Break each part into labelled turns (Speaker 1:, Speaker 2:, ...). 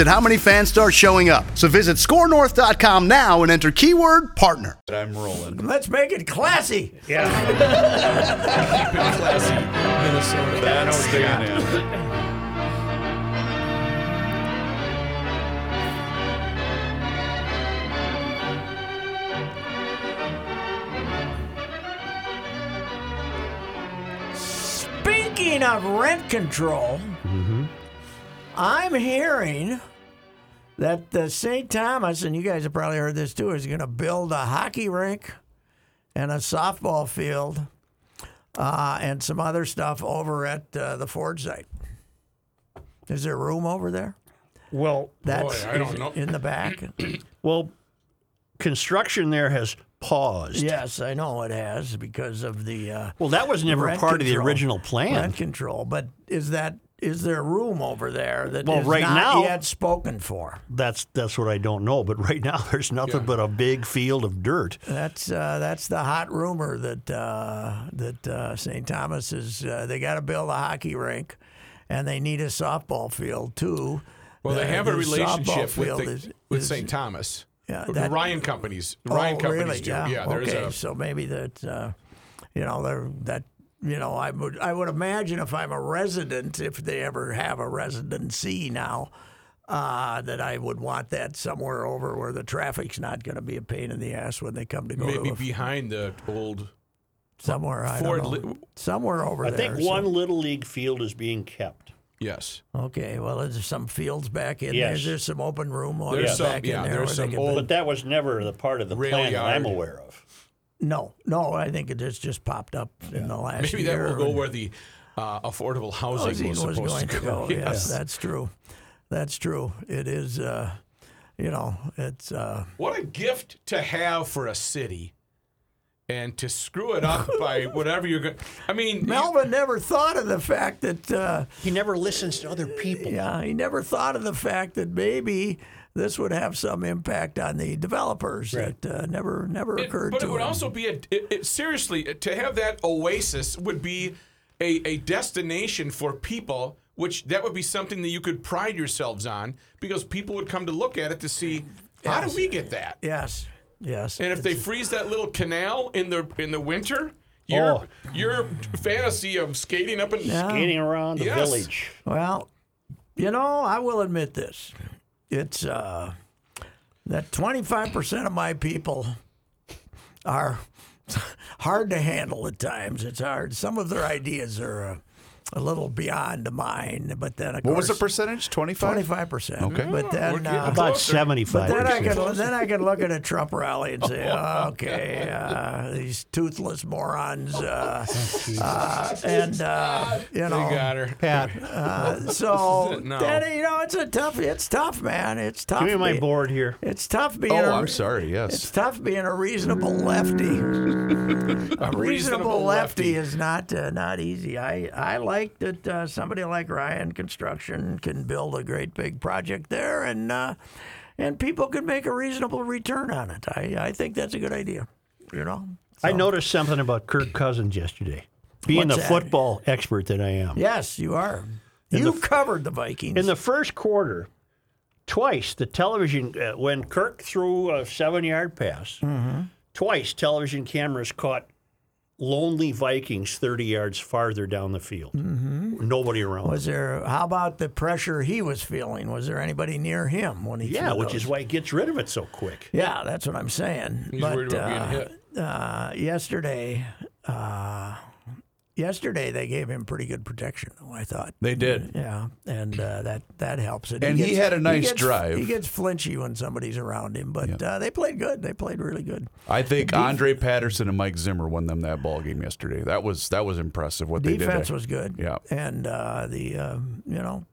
Speaker 1: at how many fans start showing up. So visit scorenorth.com now and enter keyword partner.
Speaker 2: But I'm rolling.
Speaker 3: Let's make it classy.
Speaker 2: Yeah. classy Minnesota. That's Dan.
Speaker 3: Speaking of rent control,
Speaker 2: Mm-hmm.
Speaker 3: I'm hearing that the St. Thomas, and you guys have probably heard this too, is going to build a hockey rink and a softball field uh, and some other stuff over at uh, the Ford site. Is there room over there?
Speaker 4: Well,
Speaker 3: That's
Speaker 5: Boy, I don't know.
Speaker 3: in the back.
Speaker 4: well, construction there has paused.
Speaker 3: yes, I know it has because of the. Uh,
Speaker 4: Well, that was never
Speaker 3: Rent
Speaker 4: part of the
Speaker 3: control.
Speaker 4: original plan.
Speaker 3: rent control, but is that is there room over there that
Speaker 4: Well,
Speaker 3: is
Speaker 4: right
Speaker 3: not
Speaker 4: now-
Speaker 3: yet spoken for?
Speaker 4: That's that's what I don't know. But right now, there's nothing but a big field of dirt.
Speaker 3: That's uh, that's the hot rumor that uh, that uh, St. Thomas is uh, they got to build a hockey rink, and they need a softball field too.
Speaker 5: Well, they
Speaker 3: Uh,
Speaker 5: have a
Speaker 3: the softball
Speaker 5: relationship with
Speaker 3: field
Speaker 5: the,
Speaker 3: is-
Speaker 5: with
Speaker 3: is-
Speaker 5: St. Thomas.
Speaker 3: Yeah,
Speaker 5: The
Speaker 3: that-
Speaker 5: Ryan companies. The
Speaker 3: Oh,
Speaker 5: Ryan companies
Speaker 3: really?
Speaker 5: do.
Speaker 3: Yeah.
Speaker 5: there is
Speaker 3: okay.
Speaker 5: a.
Speaker 3: So maybe that, uh, you know, there that you know, I would I would imagine if I'm a resident, if they ever have a residency now, uh, that I would want that somewhere over where the traffic's not going to be a pain in the ass when they come to go
Speaker 5: Maybe
Speaker 3: to a,
Speaker 5: behind the old.
Speaker 3: somewhere. I
Speaker 5: Ford
Speaker 3: don't know,
Speaker 5: Li-
Speaker 3: somewhere over
Speaker 4: I
Speaker 3: there.
Speaker 4: think one little league field is being kept.
Speaker 5: Yes.
Speaker 3: So, okay. Well, is there some fields back in there?
Speaker 4: Yes.
Speaker 3: Is there some open room over
Speaker 5: There's some-
Speaker 3: back
Speaker 5: yeah,
Speaker 3: in there?
Speaker 5: there's
Speaker 3: where they
Speaker 5: some
Speaker 3: could
Speaker 5: old-
Speaker 4: But that was never the part of the
Speaker 5: Rail
Speaker 4: plan that I'm
Speaker 5: yard.
Speaker 4: aware of.
Speaker 3: No, no. I think it just just popped up in the last.
Speaker 5: Maybe that
Speaker 3: year
Speaker 5: will
Speaker 3: and-
Speaker 5: go where the uh, affordable housing,
Speaker 3: Ozzie
Speaker 5: was
Speaker 3: was going
Speaker 5: supposed to go.
Speaker 3: Yes, that's true. That's true. It is, uh, you know, it's uh,
Speaker 5: What a gift to have for a city, and to screw it up by whatever you're going. I mean, you-
Speaker 3: Melvin never thought of the fact that uh,
Speaker 4: He never listens to other people.
Speaker 3: yeah, he never thought of the fact that maybe this would have some impact on the developers.
Speaker 4: Right.
Speaker 3: That uh, never never
Speaker 5: It-
Speaker 3: occurred
Speaker 5: but
Speaker 3: to
Speaker 5: it would
Speaker 3: him.
Speaker 5: also be a it, it, seriously to have that oasis would be a, a destination for people which that would be something that you could pride yourselves on because people would come to look at it to see how do we get that
Speaker 3: yes, yes.
Speaker 5: and if they freeze that little canal in the in the winter your
Speaker 4: Oh.
Speaker 5: your fantasy of skating up and
Speaker 4: Skating around the
Speaker 5: Yes.
Speaker 4: village.
Speaker 3: Well, you know, I will admit this. It's uh, that 25% of my people are hard to handle at times. It's hard. Some of their ideas are uh, a little beyond mine, but then, of
Speaker 2: What was
Speaker 3: course,
Speaker 2: the percentage? 25?
Speaker 3: 25%. Okay. But
Speaker 5: we're
Speaker 3: then.
Speaker 5: getting
Speaker 3: Uh,
Speaker 4: About
Speaker 5: Closer.
Speaker 4: seventy-five.
Speaker 3: then I can then I can look at a Trump rally and say, okay, uh, these toothless morons, uh, uh, and uh, you
Speaker 5: you
Speaker 3: know,
Speaker 5: got her
Speaker 4: Pat,
Speaker 3: so
Speaker 5: No.
Speaker 3: that, you know, it's a tough. It's tough, man. It's tough.
Speaker 4: give me my
Speaker 3: be-
Speaker 4: board here.
Speaker 3: It's tough being.
Speaker 2: Oh,
Speaker 3: a-
Speaker 2: I'm sorry.
Speaker 3: It's
Speaker 2: Yes.
Speaker 3: tough being a reasonable lefty. a reasonable
Speaker 5: reasonable
Speaker 3: lefty
Speaker 5: lefty.
Speaker 3: is not uh, not easy. I I like that uh, somebody like Ryan Construction can build a great big project there, and uh, and people can make a reasonable return on it. I I think that's a good idea. You know.
Speaker 4: I noticed something about Kirk Cousins yesterday. Being
Speaker 3: What's
Speaker 4: the
Speaker 3: that?
Speaker 4: football expert that I am.
Speaker 3: Yes, you are. you covered the Vikings.
Speaker 4: In the first quarter, twice the television, uh, when Kirk threw a seven yard pass, twice television cameras caught lonely Vikings 30 yards farther down the field. Nobody around.
Speaker 3: Was there? How about the pressure he was feeling? Was there anybody near him when he?
Speaker 4: yeah,
Speaker 3: threw
Speaker 4: which
Speaker 3: those?
Speaker 4: is why he gets rid of it so quick.
Speaker 3: Yeah, that's what I'm saying.
Speaker 5: he's
Speaker 3: but
Speaker 5: worried about
Speaker 3: uh,
Speaker 5: being hit
Speaker 3: uh, yesterday, uh, yesterday they gave him pretty good protection, though, I thought.
Speaker 2: They did.
Speaker 3: Yeah, and uh, that that helps it.
Speaker 2: And he had a nice
Speaker 3: gets-
Speaker 2: drive.
Speaker 3: He gets flinchy when somebody's around him, but uh, they played good. They played really good.
Speaker 2: I think Andre Patterson and Mike Zimmer won them that ball game yesterday. That was that was impressive what they did.
Speaker 3: Defense
Speaker 2: there.
Speaker 3: was good.
Speaker 2: Yeah.
Speaker 3: and uh, the um, you know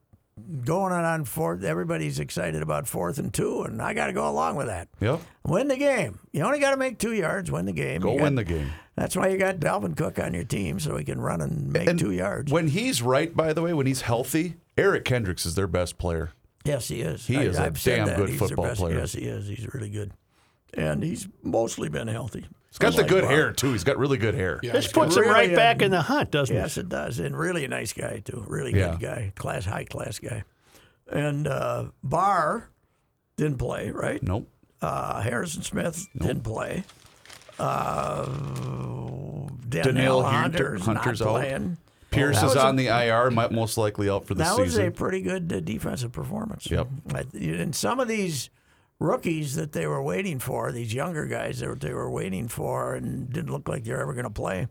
Speaker 3: going on on fourth, everybody's excited about fourth and two, and I got to go along with that.
Speaker 2: Yep.
Speaker 3: Win the game. You only got to make two yards. Win the game.
Speaker 2: Go
Speaker 3: You
Speaker 2: win
Speaker 3: got-
Speaker 2: the game.
Speaker 3: That's why you got Dalvin Cook on your team, so he can run and make
Speaker 2: And
Speaker 3: two yards.
Speaker 2: When he's right, by the way, when he's healthy, Eric Kendricks is their best player.
Speaker 3: Yes, he is.
Speaker 2: He is a
Speaker 3: a
Speaker 2: damn good
Speaker 3: he's
Speaker 2: football
Speaker 3: their best.
Speaker 2: player.
Speaker 3: Yes, he is. He's really good, and he's mostly been healthy.
Speaker 2: He's got the good hair too. He's got really good hair.
Speaker 4: This puts him right
Speaker 3: Really, uh,
Speaker 4: back in the hunt, doesn't
Speaker 3: Yes,
Speaker 4: it?
Speaker 3: it does, and really a nice guy too. Really
Speaker 2: Yeah.
Speaker 3: good guy, class high class guy. And uh, Barr didn't play, right?
Speaker 2: Nope.
Speaker 3: Uh, Harrison Smith didn't play. Uh,
Speaker 2: Danielle
Speaker 3: Daniel Hunter's,
Speaker 2: Hunter's out.
Speaker 3: not playing.
Speaker 2: Pierce
Speaker 3: That
Speaker 2: is
Speaker 3: was a-
Speaker 2: on the IR, might most likely out for the
Speaker 3: that was a
Speaker 2: season.
Speaker 3: pretty good uh, defensive performance.
Speaker 2: Yep.
Speaker 3: I- And some of these rookies that they were waiting for, these younger guys that they were waiting for and didn't look like they're ever going to play,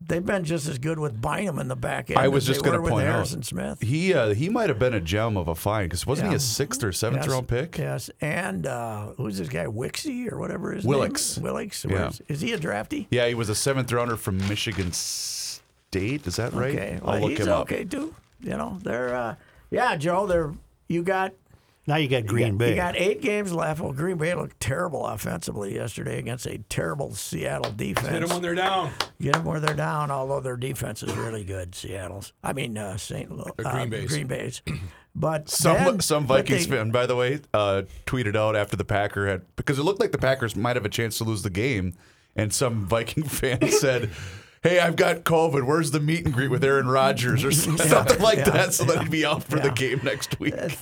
Speaker 3: they've been just as good with Bynum in the back end.
Speaker 2: I was
Speaker 3: as they
Speaker 2: just going
Speaker 3: were
Speaker 2: to
Speaker 3: with
Speaker 2: point out
Speaker 3: Harrison Smith.
Speaker 2: he uh, he might have been a gem of a find because wasn't he
Speaker 3: Yeah.
Speaker 2: a sixth or seventh
Speaker 3: Yes,
Speaker 2: round pick?
Speaker 3: Yes, and uh, who's this guy Wixie or whatever his
Speaker 2: Willicks.
Speaker 3: name? Willicks.
Speaker 2: Yeah.
Speaker 3: Where's- Is he a drafty?
Speaker 2: Yeah, he was a seventh rounder from Michigan State. Is that right?
Speaker 3: Okay,
Speaker 2: I'll
Speaker 3: well,
Speaker 2: look
Speaker 3: he's
Speaker 2: him up.
Speaker 3: okay too. You know, they're uh, yeah, Joe. They're you got
Speaker 4: Now you got Green
Speaker 3: you
Speaker 4: Bay.
Speaker 3: got eight games left. Well, Green Bay looked terrible offensively yesterday against a terrible Seattle
Speaker 5: Hit
Speaker 3: defense.
Speaker 5: them when they're down.
Speaker 3: Get them where they're down, although their defense is really good. Seattle's, I mean, uh, St. Louis,
Speaker 5: Uh, Green Bay's.
Speaker 3: Green Bay's. But
Speaker 2: Some
Speaker 3: then-
Speaker 2: some
Speaker 3: but
Speaker 2: Vikings
Speaker 3: they-
Speaker 2: fan, by the way, uh, tweeted out after the Packer had because it looked like the Packers might have a chance to lose the game, and some Viking fan said. Hey, I've got COVID. Where's the meet and greet with Aaron Rodgers or something like
Speaker 3: yeah,
Speaker 2: that? So that he'd be out for the
Speaker 3: yeah.
Speaker 2: game next week.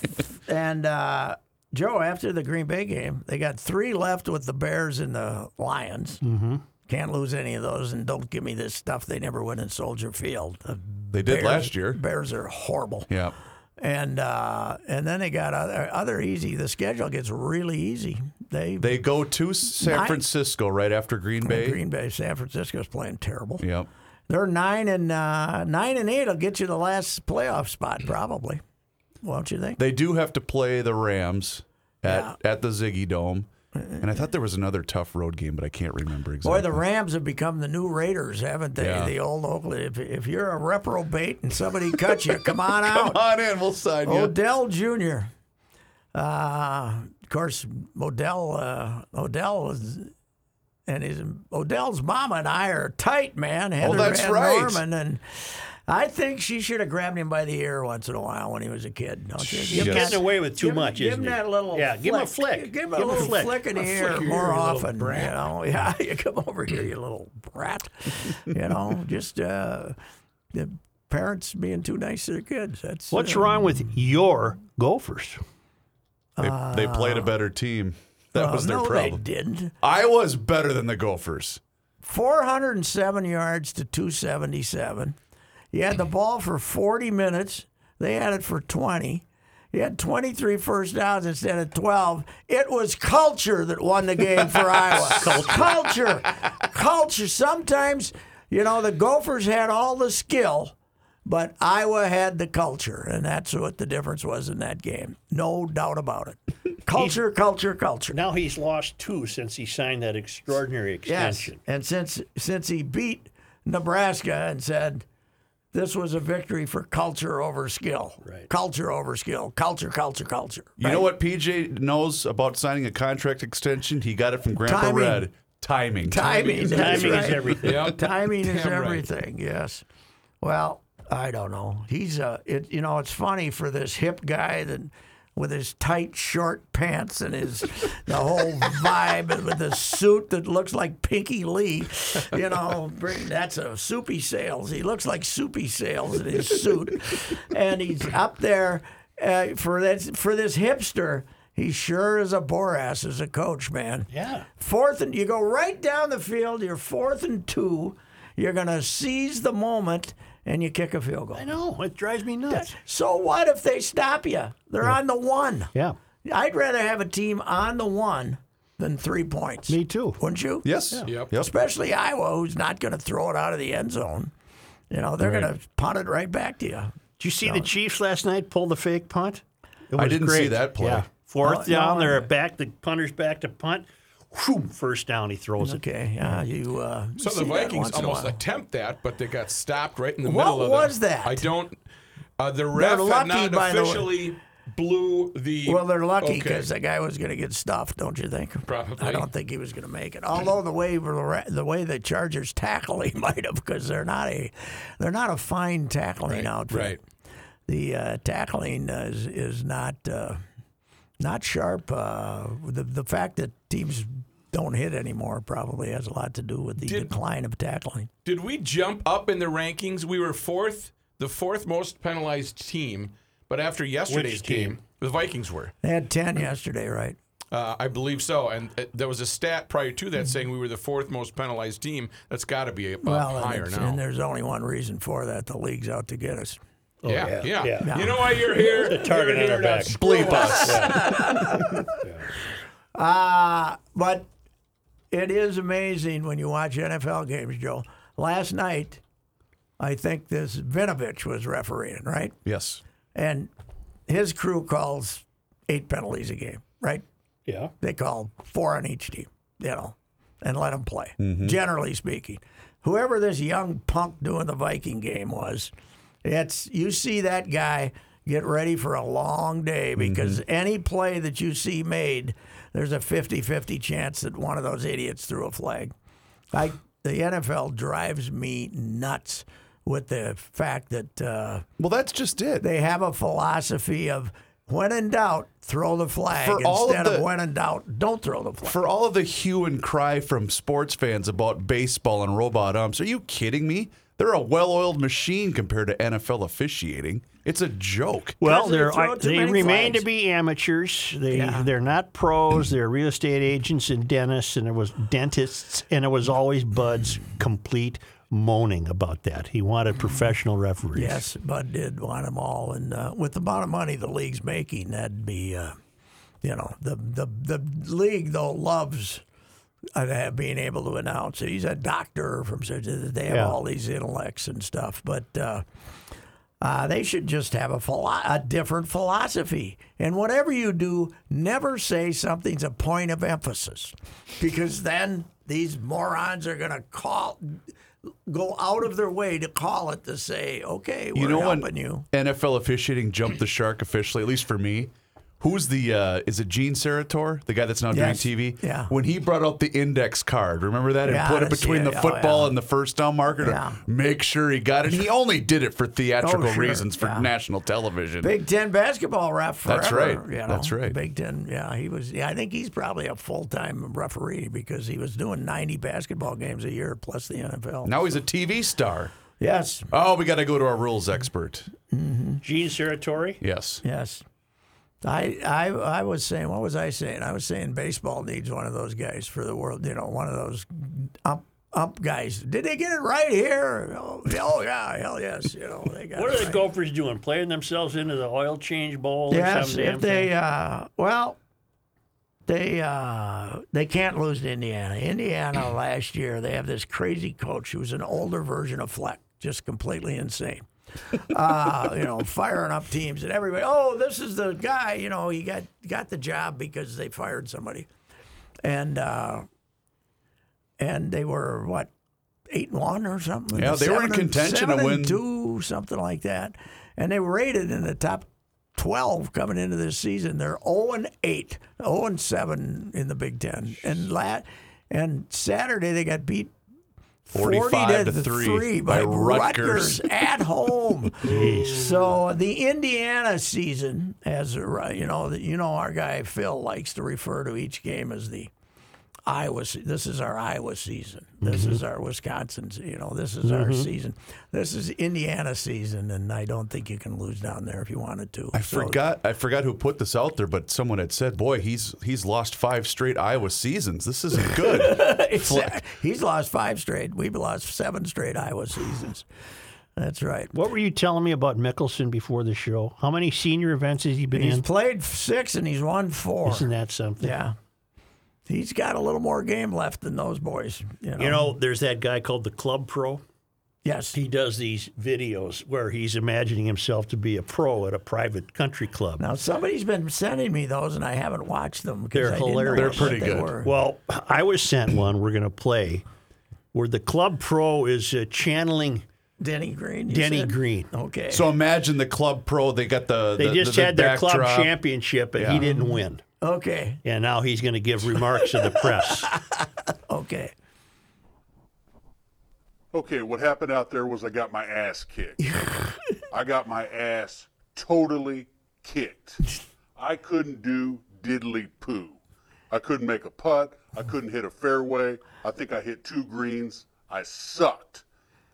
Speaker 3: and uh, Joe, after the Green Bay game, they got three left with the Bears and the Lions. Mm-hmm. Can't lose any of those, and don't give me this stuff they never win in Soldier Field. The
Speaker 2: They did
Speaker 3: Bears-
Speaker 2: last year.
Speaker 3: Bears are horrible.
Speaker 2: Yeah.
Speaker 3: And uh, and then they got other, other easy. The schedule gets really easy. They,
Speaker 2: They go to San
Speaker 3: Nine-
Speaker 2: Francisco right after Green Bay.
Speaker 3: Green Bay, San Francisco's playing terrible.
Speaker 2: Yep.
Speaker 3: They're nine and uh, nine and eight. Will get you the last playoff spot probably, won't you think?
Speaker 2: They do have to play the Rams at, at the Ziggy Dome. And I thought there was another tough road game, but I can't remember exactly.
Speaker 3: Boy, Uh, the Rams have become the new Raiders, haven't they?
Speaker 2: Yeah.
Speaker 3: The old Oakland. If, if you're a reprobate and somebody cuts you, come on
Speaker 2: Come
Speaker 3: out.
Speaker 2: on in, we'll sign you.
Speaker 3: Odell Jr. Uh, of course, Odell. Uh, Odell was, and his Odell's mom and I are tight, man. Heather
Speaker 2: Oh, that's
Speaker 3: Van
Speaker 2: right.
Speaker 3: Norman, and I think she should have grabbed him by the ear once in a while when he was a kid. Don't you?
Speaker 4: He's
Speaker 3: Give
Speaker 2: Yes.
Speaker 3: that-
Speaker 4: getting away with too
Speaker 3: give,
Speaker 4: much,
Speaker 3: give
Speaker 4: isn't
Speaker 3: him
Speaker 4: he?
Speaker 3: that little
Speaker 4: yeah, give him a
Speaker 3: flick.
Speaker 4: flick.
Speaker 3: Give him a little flick, in the ear more often. You know, yeah, you come over here, you little brat. you know, just uh, the parents being too nice to their kids. That's
Speaker 4: What's
Speaker 3: uh,
Speaker 4: wrong with your Gophers?
Speaker 2: They, they played a better team. That
Speaker 3: well,
Speaker 2: was their
Speaker 3: Uh, no,
Speaker 2: problem.
Speaker 3: they didn't.
Speaker 2: I was better than the Gophers.
Speaker 3: 407 yards to 277. You had the ball for 40 minutes. They had it for 20. You had 23 first downs instead of 12. It was culture that won the game for Iowa. culture. Culture. Sometimes, you know, the Gophers had all the skill, but Iowa had the culture. And that's what the difference was in that game. No doubt about it. Culture, culture, culture.
Speaker 4: Now he's lost two since he signed that extraordinary
Speaker 3: Yes.
Speaker 4: extension.
Speaker 3: And since since he beat Nebraska and said this was a victory for culture over skill.
Speaker 4: Right.
Speaker 3: Culture over skill. Culture, culture, culture.
Speaker 2: You know what PJ knows about signing a contract extension? He got it from Grandpa
Speaker 3: Timing.
Speaker 2: Red. Timing.
Speaker 3: Timing. That's
Speaker 4: Timing is
Speaker 3: right.
Speaker 4: everything.
Speaker 3: Timing is
Speaker 5: Damn right.
Speaker 3: everything. Yes. Well, I don't know. He's a. It, you know, it's funny for this hip guy that. With his tight short pants and his the whole vibe, and with the suit that looks like Pinky Lee, you know, bring, that's a Soupy Sales. He looks like Soupy Sales in his suit, and he's up there uh, for this for this hipster. He sure is a bore ass as a coach, man.
Speaker 4: Yeah.
Speaker 3: Fourth and you go right down the field. You're fourth and two. You're gonna seize the moment and you kick a field goal.
Speaker 4: I know. It drives me nuts.
Speaker 3: So what if they stop you? They're on the one.
Speaker 4: Yeah.
Speaker 3: I'd rather have a team on the one than three points.
Speaker 4: Me too.
Speaker 3: Wouldn't you?
Speaker 2: Yes.
Speaker 5: Yep.
Speaker 2: Yep.
Speaker 3: Especially Iowa, who's not going to throw it out of the end zone. You know, they're going to punt it right back to you.
Speaker 4: Did you see the Chiefs last night pull the fake punt? It
Speaker 2: I didn't see that play.
Speaker 4: Yeah. Fourth
Speaker 3: Oh,
Speaker 4: down,
Speaker 3: no, I-
Speaker 4: they're back. The punter's back to punt. Whew, first down, he throws it.
Speaker 3: Okay, yeah, you. Uh, you
Speaker 5: So
Speaker 3: see
Speaker 5: the
Speaker 3: that
Speaker 5: Vikings
Speaker 3: once in a
Speaker 5: almost
Speaker 3: while.
Speaker 5: attempt that, but they got stopped right in the
Speaker 3: What
Speaker 5: middle of
Speaker 3: was
Speaker 5: the,
Speaker 3: that?
Speaker 5: I don't. Uh, the ref had
Speaker 3: lucky,
Speaker 5: not
Speaker 3: by the way.
Speaker 5: officially blew the.
Speaker 3: Well, they're lucky
Speaker 5: Okay.
Speaker 3: because the guy was going to get stuffed, don't you think?
Speaker 5: Probably.
Speaker 3: I don't think he was going to make it. Although the way the the way the Chargers tackle, he might have because they're not a they're not a fine tackling outfit.
Speaker 5: right.
Speaker 3: The uh, tackling uh, is is not uh, not sharp. Uh, the the fact that teams don't hit anymore probably has a lot to do with the decline of tackling.
Speaker 5: Did we jump up in the rankings? We were fourth, the fourth most penalized team, but after yesterday's
Speaker 4: team?
Speaker 5: game, the Vikings were.
Speaker 3: They had ten yesterday, right?
Speaker 5: Uh, I believe so. And uh, there was a stat prior to that saying we were the fourth most penalized team. That's got to be uh,
Speaker 3: Well, and,
Speaker 5: higher
Speaker 3: it's-
Speaker 5: now.
Speaker 3: and there's only one reason for that: the league's out to get us.
Speaker 5: yeah, yeah,
Speaker 4: Oh, yeah.
Speaker 5: You know why you're here?
Speaker 4: The target on
Speaker 5: You're here
Speaker 4: our
Speaker 5: to
Speaker 4: back.
Speaker 5: screw us.
Speaker 3: Uh, but it is amazing when you watch NFL games, Joe. Last night, I think this Vinovich was refereeing, right?
Speaker 2: Yes.
Speaker 3: And his crew calls eight penalties a game, right?
Speaker 4: Yeah.
Speaker 3: They call four on each team, you know, and let them play, generally speaking. Whoever this young punk doing the Viking game was, it's you see that guy get ready for a long day because any play that you see made, there's a 50 50 chance that one of those idiots threw a flag. I, the NFL drives me nuts with the fact that. Uh,
Speaker 2: Well, that's just it.
Speaker 3: they have a philosophy of when in doubt, throw the flag
Speaker 2: For all of
Speaker 3: instead of,
Speaker 2: the-
Speaker 3: when in doubt, don't throw the flag.
Speaker 2: for all of the hue and cry from sports fans about baseball and robot umps, are you kidding me? They're a well-oiled machine compared to NFL officiating. It's a joke.
Speaker 4: Well,
Speaker 3: Because they
Speaker 4: they're,
Speaker 3: throw too
Speaker 4: they
Speaker 3: many
Speaker 4: remain
Speaker 3: flags.
Speaker 4: to be amateurs. They
Speaker 3: Yeah.
Speaker 4: they're not pros. They're real estate agents and dentists, and it was dentists, and it was always Bud's complete moaning about that. He wanted professional referees.
Speaker 3: Yes, Bud did want them all, and uh, with the amount of money the league's making, that'd be, uh, you know, the the the league though loves. uh, Being able to announce it, he's a doctor from. such- They have
Speaker 4: Yeah.
Speaker 3: all these intellects and stuff, but uh, Uh, they should just have a, philo- a different philosophy. And whatever you do, never say something's a point of emphasis because then these morons are going to call, go out of their way to call it to say, okay, we're
Speaker 2: you know
Speaker 3: helping
Speaker 2: when
Speaker 3: you.
Speaker 2: NFL officiating jumped the shark officially, at least for me. Who's the uh, is it Gene Sarator, the guy that's now
Speaker 3: Yes.
Speaker 2: doing TV?
Speaker 3: Yeah.
Speaker 2: When he brought out the index card, remember that? And
Speaker 3: Yeah,
Speaker 2: put
Speaker 3: I
Speaker 2: it
Speaker 3: see
Speaker 2: between
Speaker 3: it.
Speaker 2: the
Speaker 3: Oh,
Speaker 2: football
Speaker 3: yeah.
Speaker 2: and the first down marker to
Speaker 3: Yeah.
Speaker 2: make sure he got it. He only did it for theatrical
Speaker 3: Oh, sure.
Speaker 2: reasons for
Speaker 3: Yeah.
Speaker 2: national television.
Speaker 3: Big Ten basketball ref forever.
Speaker 2: That's right.
Speaker 3: you know.
Speaker 2: That's right.
Speaker 3: Big Ten, yeah, he was. Yeah, I think he's probably a full time referee because he was doing 90 basketball games a year plus the NFL.
Speaker 2: Now he's a TV star.
Speaker 3: Yes,
Speaker 2: Oh, we got to go to our rules expert.
Speaker 4: Gene Saratori.
Speaker 2: Yes.
Speaker 3: Yes. I, I I was saying what was I saying? I was saying baseball needs one of those guys for the world, you know, one of those ump ump guys. Did they get it right here? Oh, oh, yeah, hell yes, you know they got.
Speaker 4: What
Speaker 3: it
Speaker 4: are the
Speaker 3: right.
Speaker 4: Gophers doing? Playing themselves into the oil change bowl? or
Speaker 3: Yes,
Speaker 4: something?
Speaker 3: if they uh, well, they uh, they can't lose to Indiana. Indiana last year they have this crazy coach who's an older version of Fleck, just completely insane. uh, you know, firing up teams and everybody. Oh, this is the guy. You know, he got got the job because they fired somebody, and uh, and they were what eight and one or something.
Speaker 2: Yeah, they were in
Speaker 3: Seven and-
Speaker 2: contention to
Speaker 3: seven and
Speaker 2: win.
Speaker 3: two, something like that, and they were rated in the top 12 coming into this season. They're 0 and 8, 0 and 7 in the Big Ten. And la- and Saturday they got beat
Speaker 2: 45 to 3
Speaker 3: by,
Speaker 2: by
Speaker 3: Rutgers.
Speaker 2: Rutgers.
Speaker 3: at home. so the Indiana season as a ri- you know, you know our guy Phil likes to refer to each game as the Iowa. se- This is our Iowa season. This is our Wisconsin. se- You know, this is our season. This is Indiana season, and I don't think you can lose down there if you wanted to.
Speaker 2: I forgot I forgot who put this out there, but someone had said, "Boy, he's he's lost five straight Iowa seasons. This isn't good."
Speaker 3: He's lost five straight. We've lost seven straight Iowa seasons. That's right.
Speaker 4: What were you telling me about Mickelson before the show? How many senior events has he been
Speaker 3: He's
Speaker 4: in?
Speaker 3: played six and he's won four.
Speaker 4: Isn't that something?
Speaker 3: Yeah. He's got a little more game left than those boys. You know.
Speaker 4: You know, there's that guy called the Club Pro.
Speaker 3: yes.
Speaker 4: He does these videos where he's imagining himself to be a pro at a private country club.
Speaker 3: now somebody's been sending me those, and I haven't watched them. 'cause
Speaker 4: They're
Speaker 3: I didn't know
Speaker 4: hilarious.
Speaker 3: what
Speaker 2: They're pretty
Speaker 3: they
Speaker 2: good.
Speaker 3: were.
Speaker 4: Well, I was sent one we're going to play where the Club Pro is uh, channeling
Speaker 3: Denny Green. you
Speaker 4: Denny
Speaker 3: said?
Speaker 4: Green.
Speaker 3: Okay.
Speaker 2: So imagine the club pro. They got the.
Speaker 4: They
Speaker 2: the-
Speaker 4: just
Speaker 2: the- the
Speaker 4: had their club
Speaker 2: backdrop.
Speaker 4: championship and he
Speaker 2: Yeah.
Speaker 4: didn't win.
Speaker 3: okay.
Speaker 4: And now he's going to give remarks to the press.
Speaker 3: Okay.
Speaker 6: Okay, what happened out there was I got my ass kicked. I got my ass totally kicked. I couldn't do diddly poo. I couldn't make a putt. I couldn't hit a fairway. I think I hit two greens. I sucked.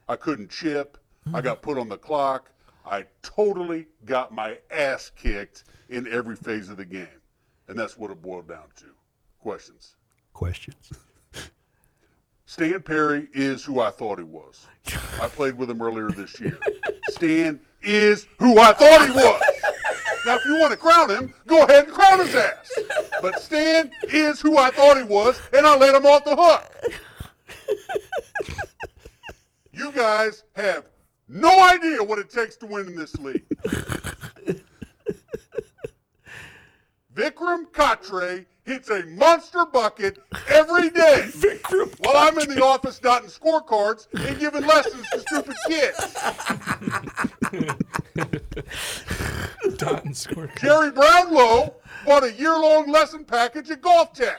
Speaker 6: I couldn't chip. I got put on the clock. I totally got my ass kicked in every phase of the game. And that's what it boiled down to. Questions?
Speaker 4: Questions.
Speaker 6: Stan Perry is who I thought he was. I played with him earlier this year. Stan is who I thought he was. Now, if you want to crown him, go ahead and crown his ass. But Stan is who I thought he was, and I let him off the hook. You guys have no idea what it takes to win in this league. Vikram Katre hits a monster bucket every day. Vikram while I'm in the office dotting scorecards and giving lessons to stupid kids.
Speaker 5: Dot and squirt.
Speaker 6: Jerry Brownlow bought a year-long lesson package at Golf Tech.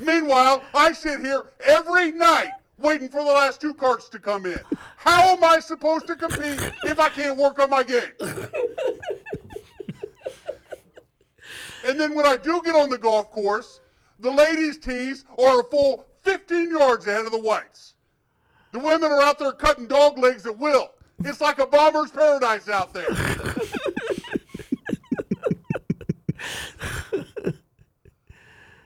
Speaker 6: Meanwhile, I sit here every night waiting for the last two carts to come in. How am I supposed to compete if I can't work on my game? And then when I do get on the golf course, the ladies' tees are a full 15 yards ahead of the whites. The women are out there cutting dog legs at will. It's like a bomber's paradise out there.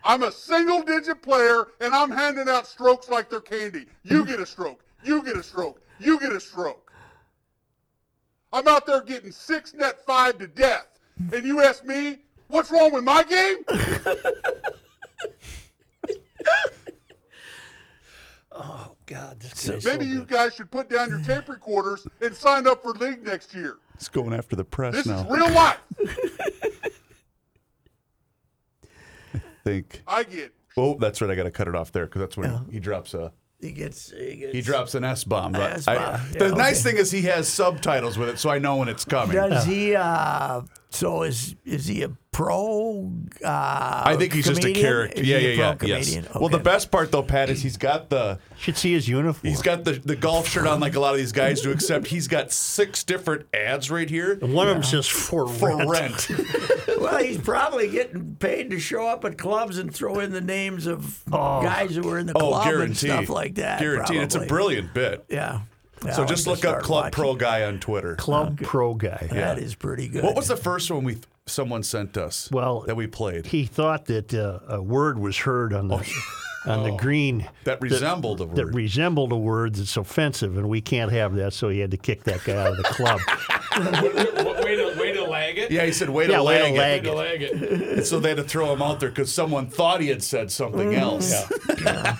Speaker 6: I'm a single digit player and I'm handing out strokes like they're candy. You get a stroke. You get a stroke. You get a stroke. I'm out there getting six net five to death. And you ask me, what's wrong with my game?
Speaker 3: Oh,
Speaker 4: God, this guy's
Speaker 6: Maybe you guys should put down your tape recorders and sign up for league next year.
Speaker 2: It's going after the press
Speaker 6: This
Speaker 2: now.
Speaker 6: is real life.
Speaker 2: I think.
Speaker 6: I get
Speaker 2: Oh, that's right. I got to cut it off there because that's when he drops a
Speaker 3: He gets. He gets.
Speaker 2: he drops an S bomb. But
Speaker 3: S-bomb,
Speaker 2: I-
Speaker 3: yeah,
Speaker 2: the
Speaker 3: okay.
Speaker 2: nice thing is he has subtitles with it, so I know when it's coming.
Speaker 3: Does he? Uh, so is is he a pro? Uh, I
Speaker 2: I think he's just a character. Yeah, yeah, yeah. Yes. Well, the best part though, Pat, is he's got the
Speaker 4: should see his uniform.
Speaker 2: he's got the, the golf shirt on like a lot of these guys do. Except he's got six different ads right here
Speaker 4: One of them says for,
Speaker 2: for
Speaker 4: rent.
Speaker 2: rent.
Speaker 3: Well, he's probably getting paid to show up at clubs and throw in the names of guys who were in the
Speaker 2: Oh,
Speaker 3: club
Speaker 2: guaranteed.
Speaker 3: and stuff like that.
Speaker 2: Guaranteed. It's a
Speaker 3: probably.
Speaker 2: brilliant bit.
Speaker 3: Yeah. Yeah,
Speaker 2: So
Speaker 3: I'll
Speaker 2: just look
Speaker 3: start
Speaker 2: up Club
Speaker 3: watching.
Speaker 2: Pro Guy on Twitter.
Speaker 4: Club pro guy.
Speaker 3: That is pretty good.
Speaker 2: What was the first one we someone sent us?
Speaker 4: Well,
Speaker 2: that we played Oh,
Speaker 4: He thought that uh, a word was heard on the on the green
Speaker 2: that resembled a
Speaker 4: that
Speaker 2: word.
Speaker 4: resembled a word that's offensive, and we can't have that. So he had to kick that guy out of the club.
Speaker 5: way, to, way to lag it.
Speaker 2: yeah, he said wait
Speaker 4: Yeah,
Speaker 2: a
Speaker 4: way to
Speaker 2: lag.
Speaker 5: Way
Speaker 4: lag
Speaker 5: to lag it.
Speaker 2: And so they had to throw him out there because someone thought he had said
Speaker 3: Mm-hmm.
Speaker 2: something else.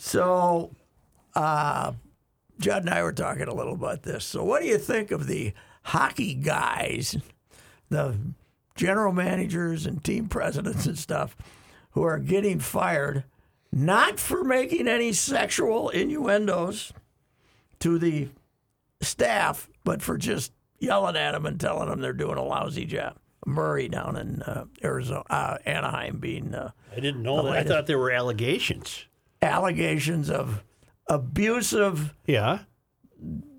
Speaker 3: So, uh, Judd and I were talking a little about this. So, what do you think of the hockey guys, the general managers and team presidents and stuff, who are getting fired not for making any sexual innuendos to the staff, but for just yelling at them and telling them they're doing a lousy job? Murray down in uh, Arizona, uh, Anaheim being. Uh,
Speaker 4: I didn't know that. I thought there were allegations.
Speaker 3: allegations of abusive
Speaker 4: Yeah,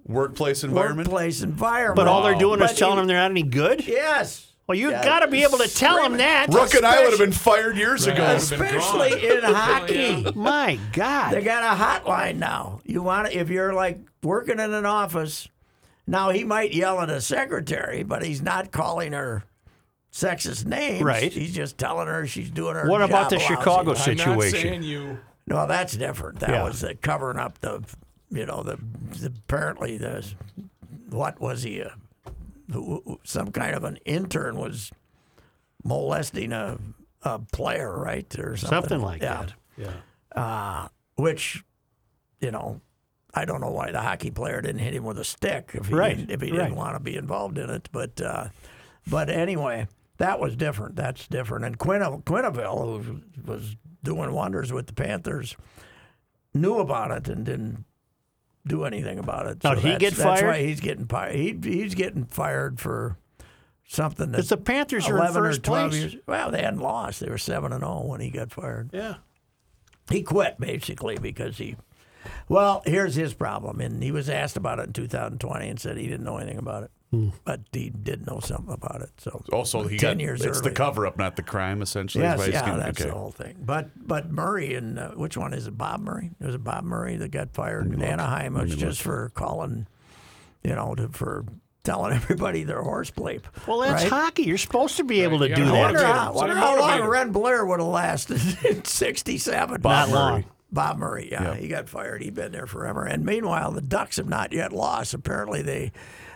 Speaker 2: Workplace environment.
Speaker 3: workplace environment.
Speaker 4: but all they're doing
Speaker 3: But
Speaker 4: is telling
Speaker 3: it-
Speaker 4: them they're not any good.
Speaker 3: Yes.
Speaker 4: Well, you've
Speaker 3: Yeah.
Speaker 4: got to be able to tell them that.
Speaker 2: Rook and I would have been fired years ago.
Speaker 5: Would've been
Speaker 3: Especially
Speaker 5: gone.
Speaker 3: in hockey.
Speaker 4: My God.
Speaker 3: They got a hotline now. You want to, if you're like working in an office, now he might yell at a secretary, but he's not calling her sexist names.
Speaker 4: Right.
Speaker 3: He's just telling her she's doing her
Speaker 4: What about
Speaker 3: job
Speaker 4: the
Speaker 3: lousy.
Speaker 4: Chicago
Speaker 5: I'm not
Speaker 4: situation?
Speaker 5: saying you.
Speaker 3: No, that's different. That
Speaker 4: Yeah.
Speaker 3: was the covering up the, you know, the, the apparently the, what was he, uh, who- who- some kind of an intern was molesting a a player, right, or something,
Speaker 4: something like
Speaker 3: Yeah.
Speaker 4: that. Yeah.
Speaker 3: Which, you know, I don't know why the hockey player didn't hit him with a stick if he
Speaker 4: Right,
Speaker 3: didn't, if he
Speaker 4: right.
Speaker 3: didn't want to be involved in it. But uh, but anyway, that was different. That's different. And Quinna, Quinnaville, who was doing wonders with the Panthers, knew about it and didn't do anything about it.
Speaker 4: Now, did he
Speaker 3: that's-
Speaker 4: get
Speaker 3: That's
Speaker 4: fired?
Speaker 3: why he's getting fired. He, he's getting fired for something
Speaker 4: Because
Speaker 3: that's
Speaker 4: the Panthers are in
Speaker 3: 11 or
Speaker 4: first
Speaker 3: 12
Speaker 4: place.
Speaker 3: years. Well, they hadn't lost. They were 7 and 0 when he got fired.
Speaker 4: Yeah.
Speaker 3: He quit basically because he. Well, here's his problem, and he was asked about it in 2020 and said he didn't know anything about it, but he did know something about it. So
Speaker 2: Also, he
Speaker 3: ten
Speaker 2: got,
Speaker 3: years
Speaker 2: It's
Speaker 3: early.
Speaker 2: the cover up, not the crime. Essentially, is
Speaker 3: Yes,
Speaker 2: why he's
Speaker 3: yeah,
Speaker 2: getting-
Speaker 3: that's
Speaker 2: okay.
Speaker 3: the whole thing. But but Murray and uh, which one is it? Bob Murray? Was it Bob Murray that got fired in Anaheim? It was just for calling, you know, to, for telling everybody their horse bleep.
Speaker 4: Well, that's
Speaker 3: right?
Speaker 4: hockey. You're supposed to be able to
Speaker 5: you
Speaker 4: do
Speaker 5: gotta
Speaker 3: I wonder
Speaker 4: that.
Speaker 5: Motivated.
Speaker 3: how,
Speaker 5: So
Speaker 3: wonder
Speaker 5: they're
Speaker 3: how long
Speaker 5: motivated.
Speaker 3: Red Blair would have lasted in 67.
Speaker 4: Bob Not long. Murray.
Speaker 3: Bob Murray, yeah, He got fired. He'd been there forever. And meanwhile, the Ducks have not yet lost. Apparently, they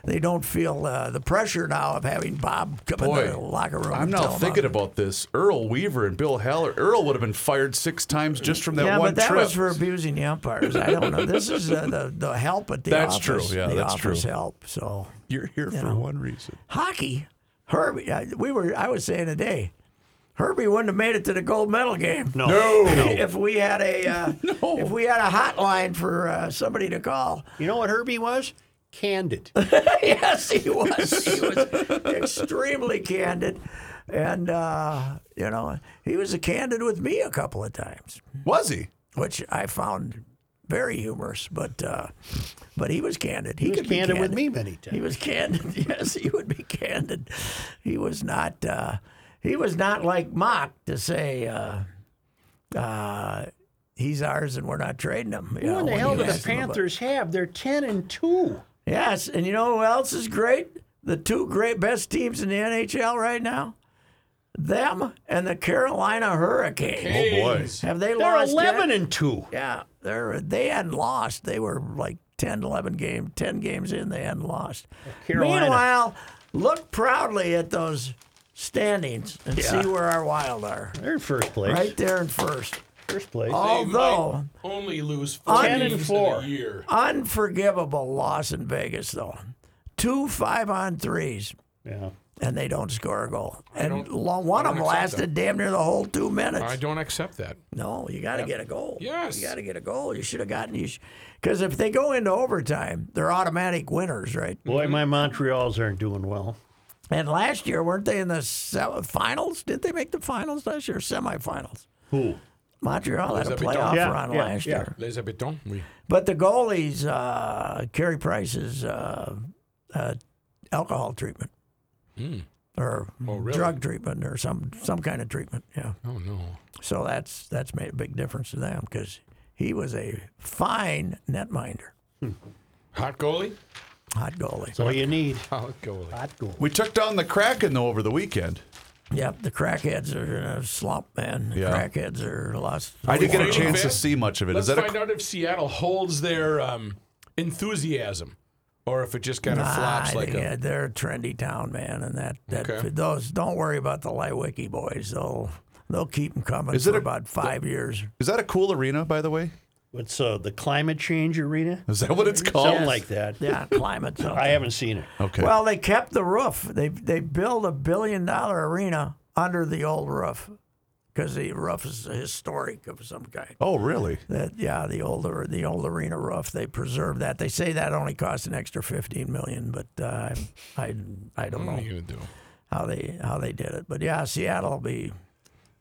Speaker 3: they don't feel uh, the pressure now of having Bob come
Speaker 2: Boy,
Speaker 3: into the locker room.
Speaker 2: I'm
Speaker 3: and
Speaker 2: now
Speaker 3: tell 'em
Speaker 2: thinking
Speaker 3: how-
Speaker 2: about this. Earl Weaver and Bill Haller. Earl would have been fired six times just from that
Speaker 3: yeah,
Speaker 2: one
Speaker 3: but that
Speaker 2: trip.
Speaker 3: was for abusing the umpires. I don't know. This is uh, the, the help at the
Speaker 2: That's
Speaker 3: office.
Speaker 2: true. Yeah,
Speaker 3: the
Speaker 2: that's
Speaker 3: office
Speaker 2: true.
Speaker 3: help. So
Speaker 2: You're here for
Speaker 3: know.
Speaker 2: one reason.
Speaker 3: hockey, Herbie. I, we were. I was saying today, Herbie wouldn't have made it to the gold medal game.
Speaker 4: No.
Speaker 3: if we had a uh, if we had a hotline for uh, somebody to call.
Speaker 4: You know what Herbie was? Candid.
Speaker 3: yes, he was. He was extremely candid, and uh, you know he was candid with me a couple of times,
Speaker 2: Was he?
Speaker 3: which I found very humorous. But uh, but he was candid. He,
Speaker 4: He was
Speaker 3: could be
Speaker 4: candid with
Speaker 3: candid.
Speaker 4: me many
Speaker 3: He
Speaker 4: times.
Speaker 3: was candid. Yes, he would be candid. He was not. Uh, he was not like Mock to say uh, uh, he's ours and we're not trading him. you know,
Speaker 4: Who in the
Speaker 3: when
Speaker 4: hell
Speaker 3: he
Speaker 4: do the
Speaker 3: asked him about-
Speaker 4: Panthers have? They're ten and two.
Speaker 3: Yes, and you know who else is great? The two great best teams in the NHL right now, them and the Carolina Hurricanes.
Speaker 5: Jeez.
Speaker 3: Have they
Speaker 4: They're
Speaker 3: lost? yet?
Speaker 4: eleven and two.
Speaker 3: Yeah, they're they hadn't lost. They were like 10, 11 game, ten games in. They hadn't lost.
Speaker 4: Carolina.
Speaker 3: Meanwhile, look proudly at those standings and see where our Wild are.
Speaker 4: They're in first place.
Speaker 3: Right there in first.
Speaker 4: First place.
Speaker 5: They might
Speaker 3: Although
Speaker 5: only lose four
Speaker 4: Ten and
Speaker 5: games in
Speaker 4: four.
Speaker 5: a year.
Speaker 3: unforgivable loss in Vegas though, two five on threes.
Speaker 4: Yeah.
Speaker 3: and they don't score a goal. And lo- one of them lasted damn near the whole two minutes.
Speaker 5: I don't accept that.
Speaker 3: no, you got to get a goal.
Speaker 5: Yes.
Speaker 3: you got to get a goal. You should have gotten you, because if they go into overtime, they're automatic winners, right?
Speaker 4: Boy, my Montreals aren't doing well.
Speaker 3: And last year, weren't they in the se- finals? Did they make the finals last year? Semifinals.
Speaker 4: Who?
Speaker 3: Montreal had a
Speaker 5: that be dumb?
Speaker 3: playoff
Speaker 4: Yeah,
Speaker 3: run
Speaker 4: yeah,
Speaker 3: last
Speaker 4: yeah.
Speaker 3: year,
Speaker 5: Les habitants, oui.
Speaker 3: but the goalies, uh, Carey Price's uh, uh, alcohol treatment. Or
Speaker 5: Hmm. Oh, really?
Speaker 3: drug treatment, or some some kind of treatment, yeah.
Speaker 5: Oh no.
Speaker 3: So that's that's made a big difference to them because he was a fine netminder,
Speaker 5: Hot goalie?
Speaker 3: hot goalie.
Speaker 4: That's all you need.
Speaker 5: Hot goalie.
Speaker 4: Hot goal.
Speaker 2: We took down the Kraken though over the weekend.
Speaker 3: Yep, the crackheads are in a slump, man. The
Speaker 2: Yeah.
Speaker 3: crackheads are lost.
Speaker 2: I didn't get a
Speaker 5: Fighting
Speaker 2: chance to
Speaker 5: fit?
Speaker 2: see much of it.
Speaker 5: Let's
Speaker 2: Is that
Speaker 5: find
Speaker 2: a,
Speaker 5: out if Seattle holds their um, enthusiasm or if it just kind of flops
Speaker 3: I
Speaker 5: like
Speaker 3: think,
Speaker 5: a.
Speaker 3: Ah, yeah, they're a trendy town, man, and that that
Speaker 5: Okay.
Speaker 3: those don't worry about the Liwicki boys. They'll they'll keep them coming
Speaker 2: Is it
Speaker 3: for
Speaker 2: a-
Speaker 3: about five years.
Speaker 2: is that a cool arena by the way?
Speaker 4: What's uh, the climate change arena?
Speaker 2: Is that what it's called?
Speaker 4: Something like that.
Speaker 3: Yeah, climate something.
Speaker 4: I haven't seen it.
Speaker 2: Okay.
Speaker 3: Well, they kept the roof. They they built a billion dollar arena under the old roof because the roof is historic of some kind.
Speaker 2: oh really?
Speaker 3: That yeah, the older the old arena roof. They preserved that. They say that only cost an extra fifteen million, but uh, I I don't
Speaker 5: What are
Speaker 3: know
Speaker 5: you gonna do?
Speaker 3: how they how they did it. But yeah, Seattle will be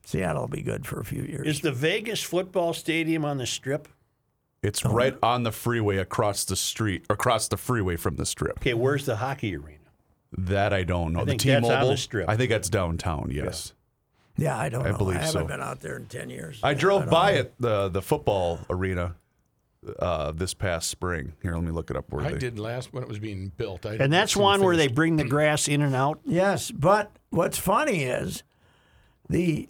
Speaker 3: Seattle will be good for a few years.
Speaker 4: Is the Vegas football stadium on the strip?
Speaker 2: It's right on the freeway across the street, across the freeway from the strip.
Speaker 4: Okay, where's the hockey arena?
Speaker 2: That I don't know. the
Speaker 4: think that's on
Speaker 2: T-Mobile
Speaker 4: the strip.
Speaker 2: I think that's downtown. Yes.
Speaker 3: yeah, I don't.
Speaker 2: I
Speaker 3: know.
Speaker 2: believe
Speaker 3: I haven't
Speaker 2: so.
Speaker 3: been out there in ten years.
Speaker 2: I drove
Speaker 3: don't
Speaker 2: by
Speaker 3: know.
Speaker 2: it the the football arena uh, this past spring. Here, let me look it up. Where
Speaker 5: I
Speaker 2: they
Speaker 5: did last when it was being built. I
Speaker 4: And that's one where they bring the grass in and out.
Speaker 3: Yes, but what's funny is the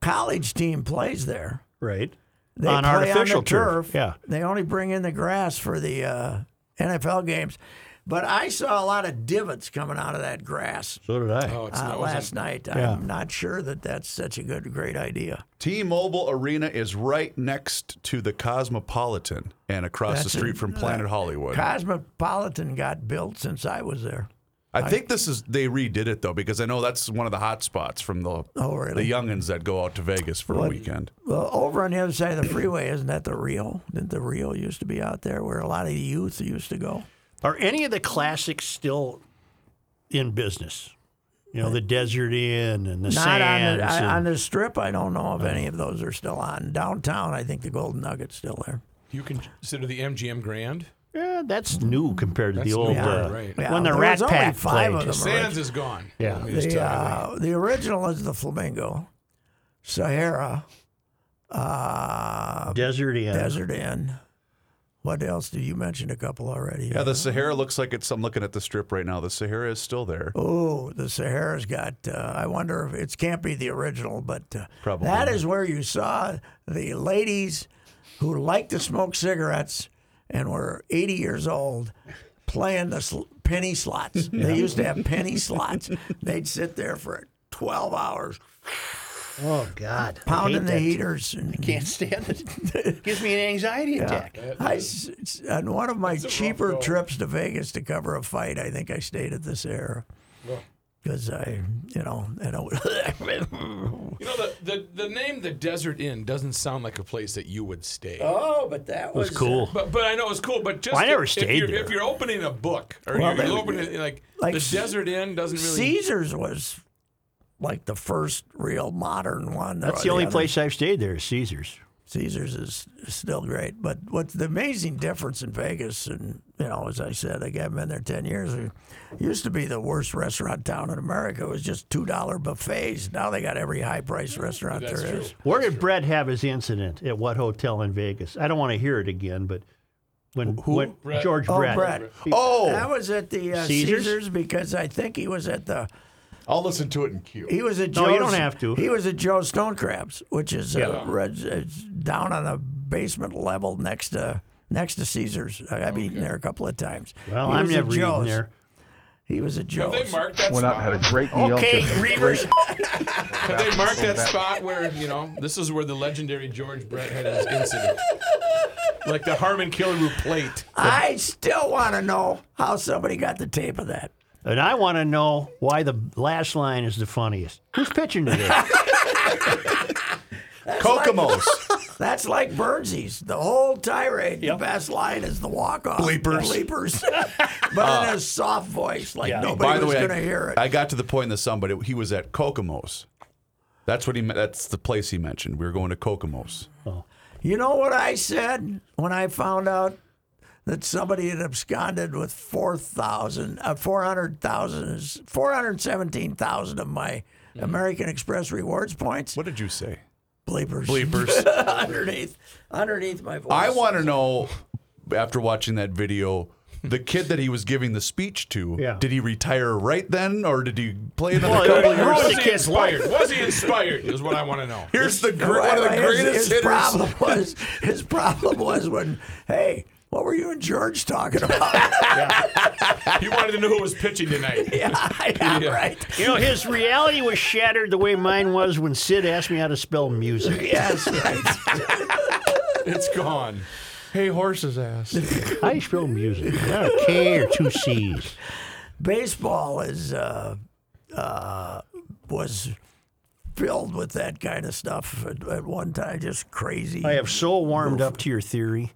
Speaker 3: college team plays there.
Speaker 4: Right.
Speaker 3: They
Speaker 4: on
Speaker 3: play
Speaker 4: artificial
Speaker 3: on the turf.
Speaker 4: Yeah.
Speaker 3: They only bring in the grass for the uh, NFL games. But I saw a lot of divots coming out of that grass
Speaker 4: So did I.
Speaker 5: Oh, it's
Speaker 3: uh,
Speaker 5: not
Speaker 3: last night.
Speaker 4: Yeah.
Speaker 3: I'm not sure that that's such a good, great idea.
Speaker 2: T-Mobile Arena is right next to the Cosmopolitan and across
Speaker 3: That's uh,
Speaker 2: the street from Planet Hollywood.
Speaker 3: Cosmopolitan got built since I was there.
Speaker 2: I think this is they redid it though because I know that's one of the hot spots from the
Speaker 3: Oh, really?
Speaker 2: the youngins that go out to Vegas for a weekend.
Speaker 3: Well, over on the other side of the freeway, isn't that the Rio? Didn't the Rio used to be out there where a lot of the youth used to go?
Speaker 4: Are any of the classics still in business? You know, the Desert Inn and the
Speaker 3: Not on
Speaker 4: Sands.
Speaker 3: the, I-
Speaker 4: and-
Speaker 3: on the strip. I don't know if any of those are still on. Downtown, I think the Golden Nugget's still there.
Speaker 5: You can consider the MGM Grand.
Speaker 4: yeah, that's new compared to the
Speaker 5: That's
Speaker 4: old
Speaker 5: new,
Speaker 4: uh,
Speaker 5: right.
Speaker 3: Yeah,
Speaker 4: when the
Speaker 3: there
Speaker 4: Rat
Speaker 3: was only
Speaker 4: Pack
Speaker 3: five
Speaker 4: played.
Speaker 3: of them.
Speaker 5: Sands is gone.
Speaker 4: Yeah.
Speaker 5: Let me just
Speaker 3: The,
Speaker 5: tell you, I think.
Speaker 3: uh, the original is the Flamingo, Sahara, uh,
Speaker 4: Desert Inn.
Speaker 3: Desert Inn. What else did you mention? A couple already.
Speaker 2: Yeah, the Sahara looks like it's. I'm looking at the strip right now. The Sahara is still there.
Speaker 3: Oh, the Sahara's got. Uh, I wonder if it can't be the original, but uh,
Speaker 2: Probably
Speaker 3: that
Speaker 2: not.
Speaker 3: is where you saw the ladies who liked to smoke cigarettes and were 80 years old playing the sl- penny slots. They used to have penny slots. They'd sit there for 12 hours
Speaker 4: Oh God, I
Speaker 3: pounding
Speaker 4: hate
Speaker 3: the
Speaker 4: that.
Speaker 3: heaters. And
Speaker 4: Can't stand it. it gives me an anxiety attack.
Speaker 3: I s- s- on one of my cheaper trips to Vegas to cover a fight, I think I stayed at the Sahara. Because I, you know, and I would-
Speaker 5: You know, the, the, the name the Desert Inn doesn't sound like a place that you would stay.
Speaker 3: Oh, but that was,
Speaker 4: It's cool.
Speaker 5: But, but I know it's cool. But just
Speaker 4: Well, I never
Speaker 5: if,
Speaker 4: stayed
Speaker 5: if you're,
Speaker 4: there.
Speaker 5: If you're opening a book or
Speaker 3: Well,
Speaker 5: you're,
Speaker 3: they-
Speaker 5: you're opening like,
Speaker 3: like
Speaker 5: the
Speaker 3: s-
Speaker 5: Desert Inn doesn't really.
Speaker 3: Caesar's was like the first real modern one.
Speaker 4: That's the only place I've stayed there is Caesars.
Speaker 3: Caesar's is still great, but what's the amazing difference in Vegas, and you know, as I said, like I've been there ten years. It used to be the worst restaurant town in America. It was just two dollar buffets. Now they got every high priced
Speaker 5: Mm,
Speaker 3: restaurant there is.
Speaker 4: Where did Brett have his incident? At what hotel in Vegas? I don't want to hear it again, but when, when
Speaker 5: Brett.
Speaker 4: George
Speaker 3: Oh,
Speaker 4: Brett.
Speaker 3: Brett. That
Speaker 2: Oh,
Speaker 3: was at the uh, Caesar's?
Speaker 4: Caesar's?
Speaker 3: because I think he was at the
Speaker 2: I'll listen to it in queue.
Speaker 3: he was at Joe's,
Speaker 4: No, you don't have to.
Speaker 3: He was at Joe's Stone Crabs, which is uh, red, it's down on the basement level next to next to Caesar's. I-
Speaker 5: Oh,
Speaker 3: I've eaten there a couple of times.
Speaker 4: Well,
Speaker 3: he
Speaker 4: I'm
Speaker 3: was at
Speaker 4: never eating
Speaker 3: Joe's.
Speaker 4: there.
Speaker 3: He was at
Speaker 5: Have
Speaker 3: Joe's.
Speaker 5: they marked that
Speaker 7: Went out and
Speaker 5: spot?
Speaker 7: had a great meal.
Speaker 4: Okay,
Speaker 7: just a
Speaker 4: Reavers.
Speaker 5: Have they marked that spot where you know this is where the legendary George Brett had his incident? Like the Harmon Killaroo plate.
Speaker 3: I still want to know how somebody got the tape of that.
Speaker 4: And I want to know why the last line is the funniest. Who's pitching today?
Speaker 2: Kokomo's
Speaker 3: That's like Burnsies. The whole tirade, the best line is the walk off.
Speaker 2: Bleepers. Uh,
Speaker 3: Bleepers. but in a soft voice, like nobody
Speaker 2: By the
Speaker 3: was
Speaker 2: way,
Speaker 3: going
Speaker 2: I,
Speaker 3: to hear it.
Speaker 2: I got to the point in the sun, but it, he was at Kokomo's. That's what he. me- That's the place he mentioned. We were going to Kokomo's.
Speaker 3: You know what I said when I found out that somebody had absconded with 4,000, uh, 400,000, 417,000 of my American Express rewards points?
Speaker 2: Mm-hmm. What did you say?
Speaker 3: Bleepers.
Speaker 2: Bleepers.
Speaker 3: underneath, underneath my voice.
Speaker 2: I want to know after watching that video, the kid that he was giving the speech to,
Speaker 4: Yeah.
Speaker 2: did he retire right then or did he play another
Speaker 4: Well,
Speaker 2: couple
Speaker 4: it-
Speaker 2: of
Speaker 4: it
Speaker 2: years?
Speaker 4: ruined
Speaker 5: Was
Speaker 4: the
Speaker 5: he
Speaker 4: kid's
Speaker 5: inspired? Was he inspired? Is what I want to know.
Speaker 2: Here's the gr- one of the
Speaker 3: Well, his-
Speaker 2: greatest
Speaker 3: his
Speaker 2: hitters.
Speaker 3: problem was his problem was when hey, what were you and George talking about?
Speaker 5: He wanted to know who was pitching tonight.
Speaker 3: yeah, yeah, right.
Speaker 4: You know, his reality was shattered the way mine was when Sid asked me how to spell music.
Speaker 3: Yes, right.
Speaker 5: It's gone.
Speaker 2: Hey, horse's ass.
Speaker 4: I spell music. Not a K or two C's.
Speaker 3: baseball is uh, uh, was filled with that kind of stuff at, at one time, just crazy.
Speaker 4: I have so warmed up to your theory.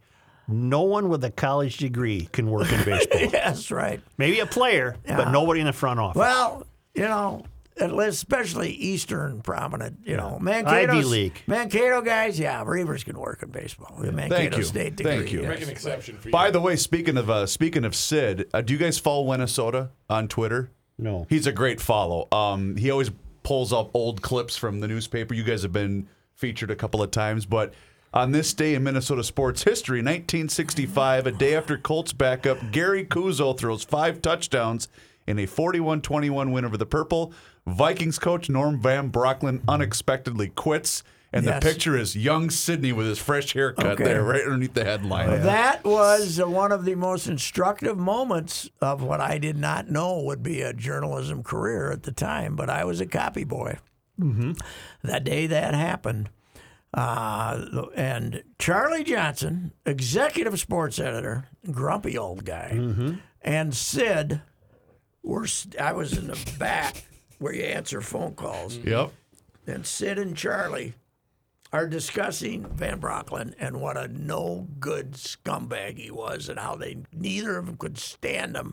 Speaker 4: No one with a college degree can work in baseball.
Speaker 3: yes, right.
Speaker 4: Maybe a player, but nobody in the front office.
Speaker 3: Well, you know, at least especially Eastern prominent, you know,
Speaker 4: Ivy
Speaker 3: Mankato
Speaker 4: League.
Speaker 3: Mankato guys, yeah, Reavers can work in baseball. The Mankato
Speaker 2: Thank you.
Speaker 3: State degree.
Speaker 2: Thank you.
Speaker 5: Make an exception for you.
Speaker 2: By the way, speaking of uh, speaking of Sid, uh, do you guys follow Minnesota on Twitter?
Speaker 4: No.
Speaker 2: He's a great follow. Um, he always pulls up old clips from the newspaper. You guys have been featured a couple of times, but on this day in Minnesota sports history, 1965, a day after Colts backup Gary Kuzo throws five touchdowns in a 41-21 win over the Purple. Vikings coach Norm Van Brocklin unexpectedly quits. And
Speaker 3: Yes.
Speaker 2: the picture is young Sidney with his fresh haircut
Speaker 3: Okay.
Speaker 2: there, right underneath the headline.
Speaker 3: That was uh, one of the most instructive moments of what I did not know would be a journalism career at the time, but I was a copy boy. Mm-hmm. That day that happened. Uh, and Charlie Johnson, executive sports editor, grumpy old guy, and Sid were, st- I was in the back where you answer phone calls
Speaker 2: Yep.
Speaker 3: and Sid and Charlie are discussing Van Brocklin and what a no good scumbag he was and how they neither of them could stand him,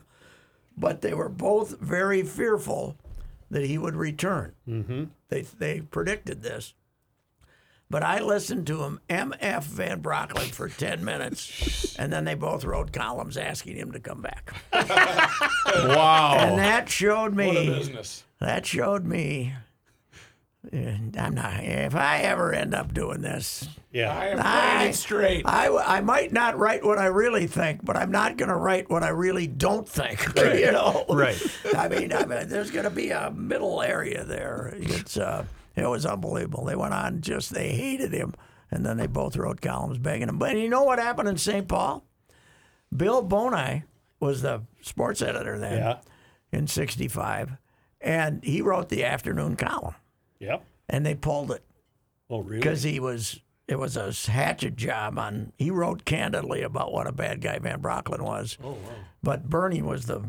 Speaker 3: but they were both very fearful that he would return. Mm-hmm. They they predicted this. But I listened to him MF Van Brocklin for 10 minutes, and then they both wrote columns asking him to come back. And
Speaker 2: Wow.
Speaker 3: that showed me
Speaker 5: Oh. What a business.
Speaker 3: that showed me. and I'm not. If I ever end up doing this,
Speaker 5: I
Speaker 4: Yeah.
Speaker 5: am
Speaker 3: I-
Speaker 5: playing it straight.
Speaker 3: I, w- I might not write what I really think, but I'm not going to write what I really don't think. you know,
Speaker 4: Right.
Speaker 3: I mean, I mean, there's going to be a middle area there. It's uh, it was unbelievable. They went on just they hated him, and then they both wrote columns begging him. But you know what happened in St. Paul? Bill Bonai was the sports editor then
Speaker 4: Yeah.
Speaker 3: in '65, and he wrote the afternoon column,
Speaker 4: Yep.
Speaker 3: and they pulled it
Speaker 4: Oh, really?
Speaker 3: because he was it was a hatchet job on. He wrote candidly about what a bad guy Van Brocklin was. Oh wow! But Bernie was the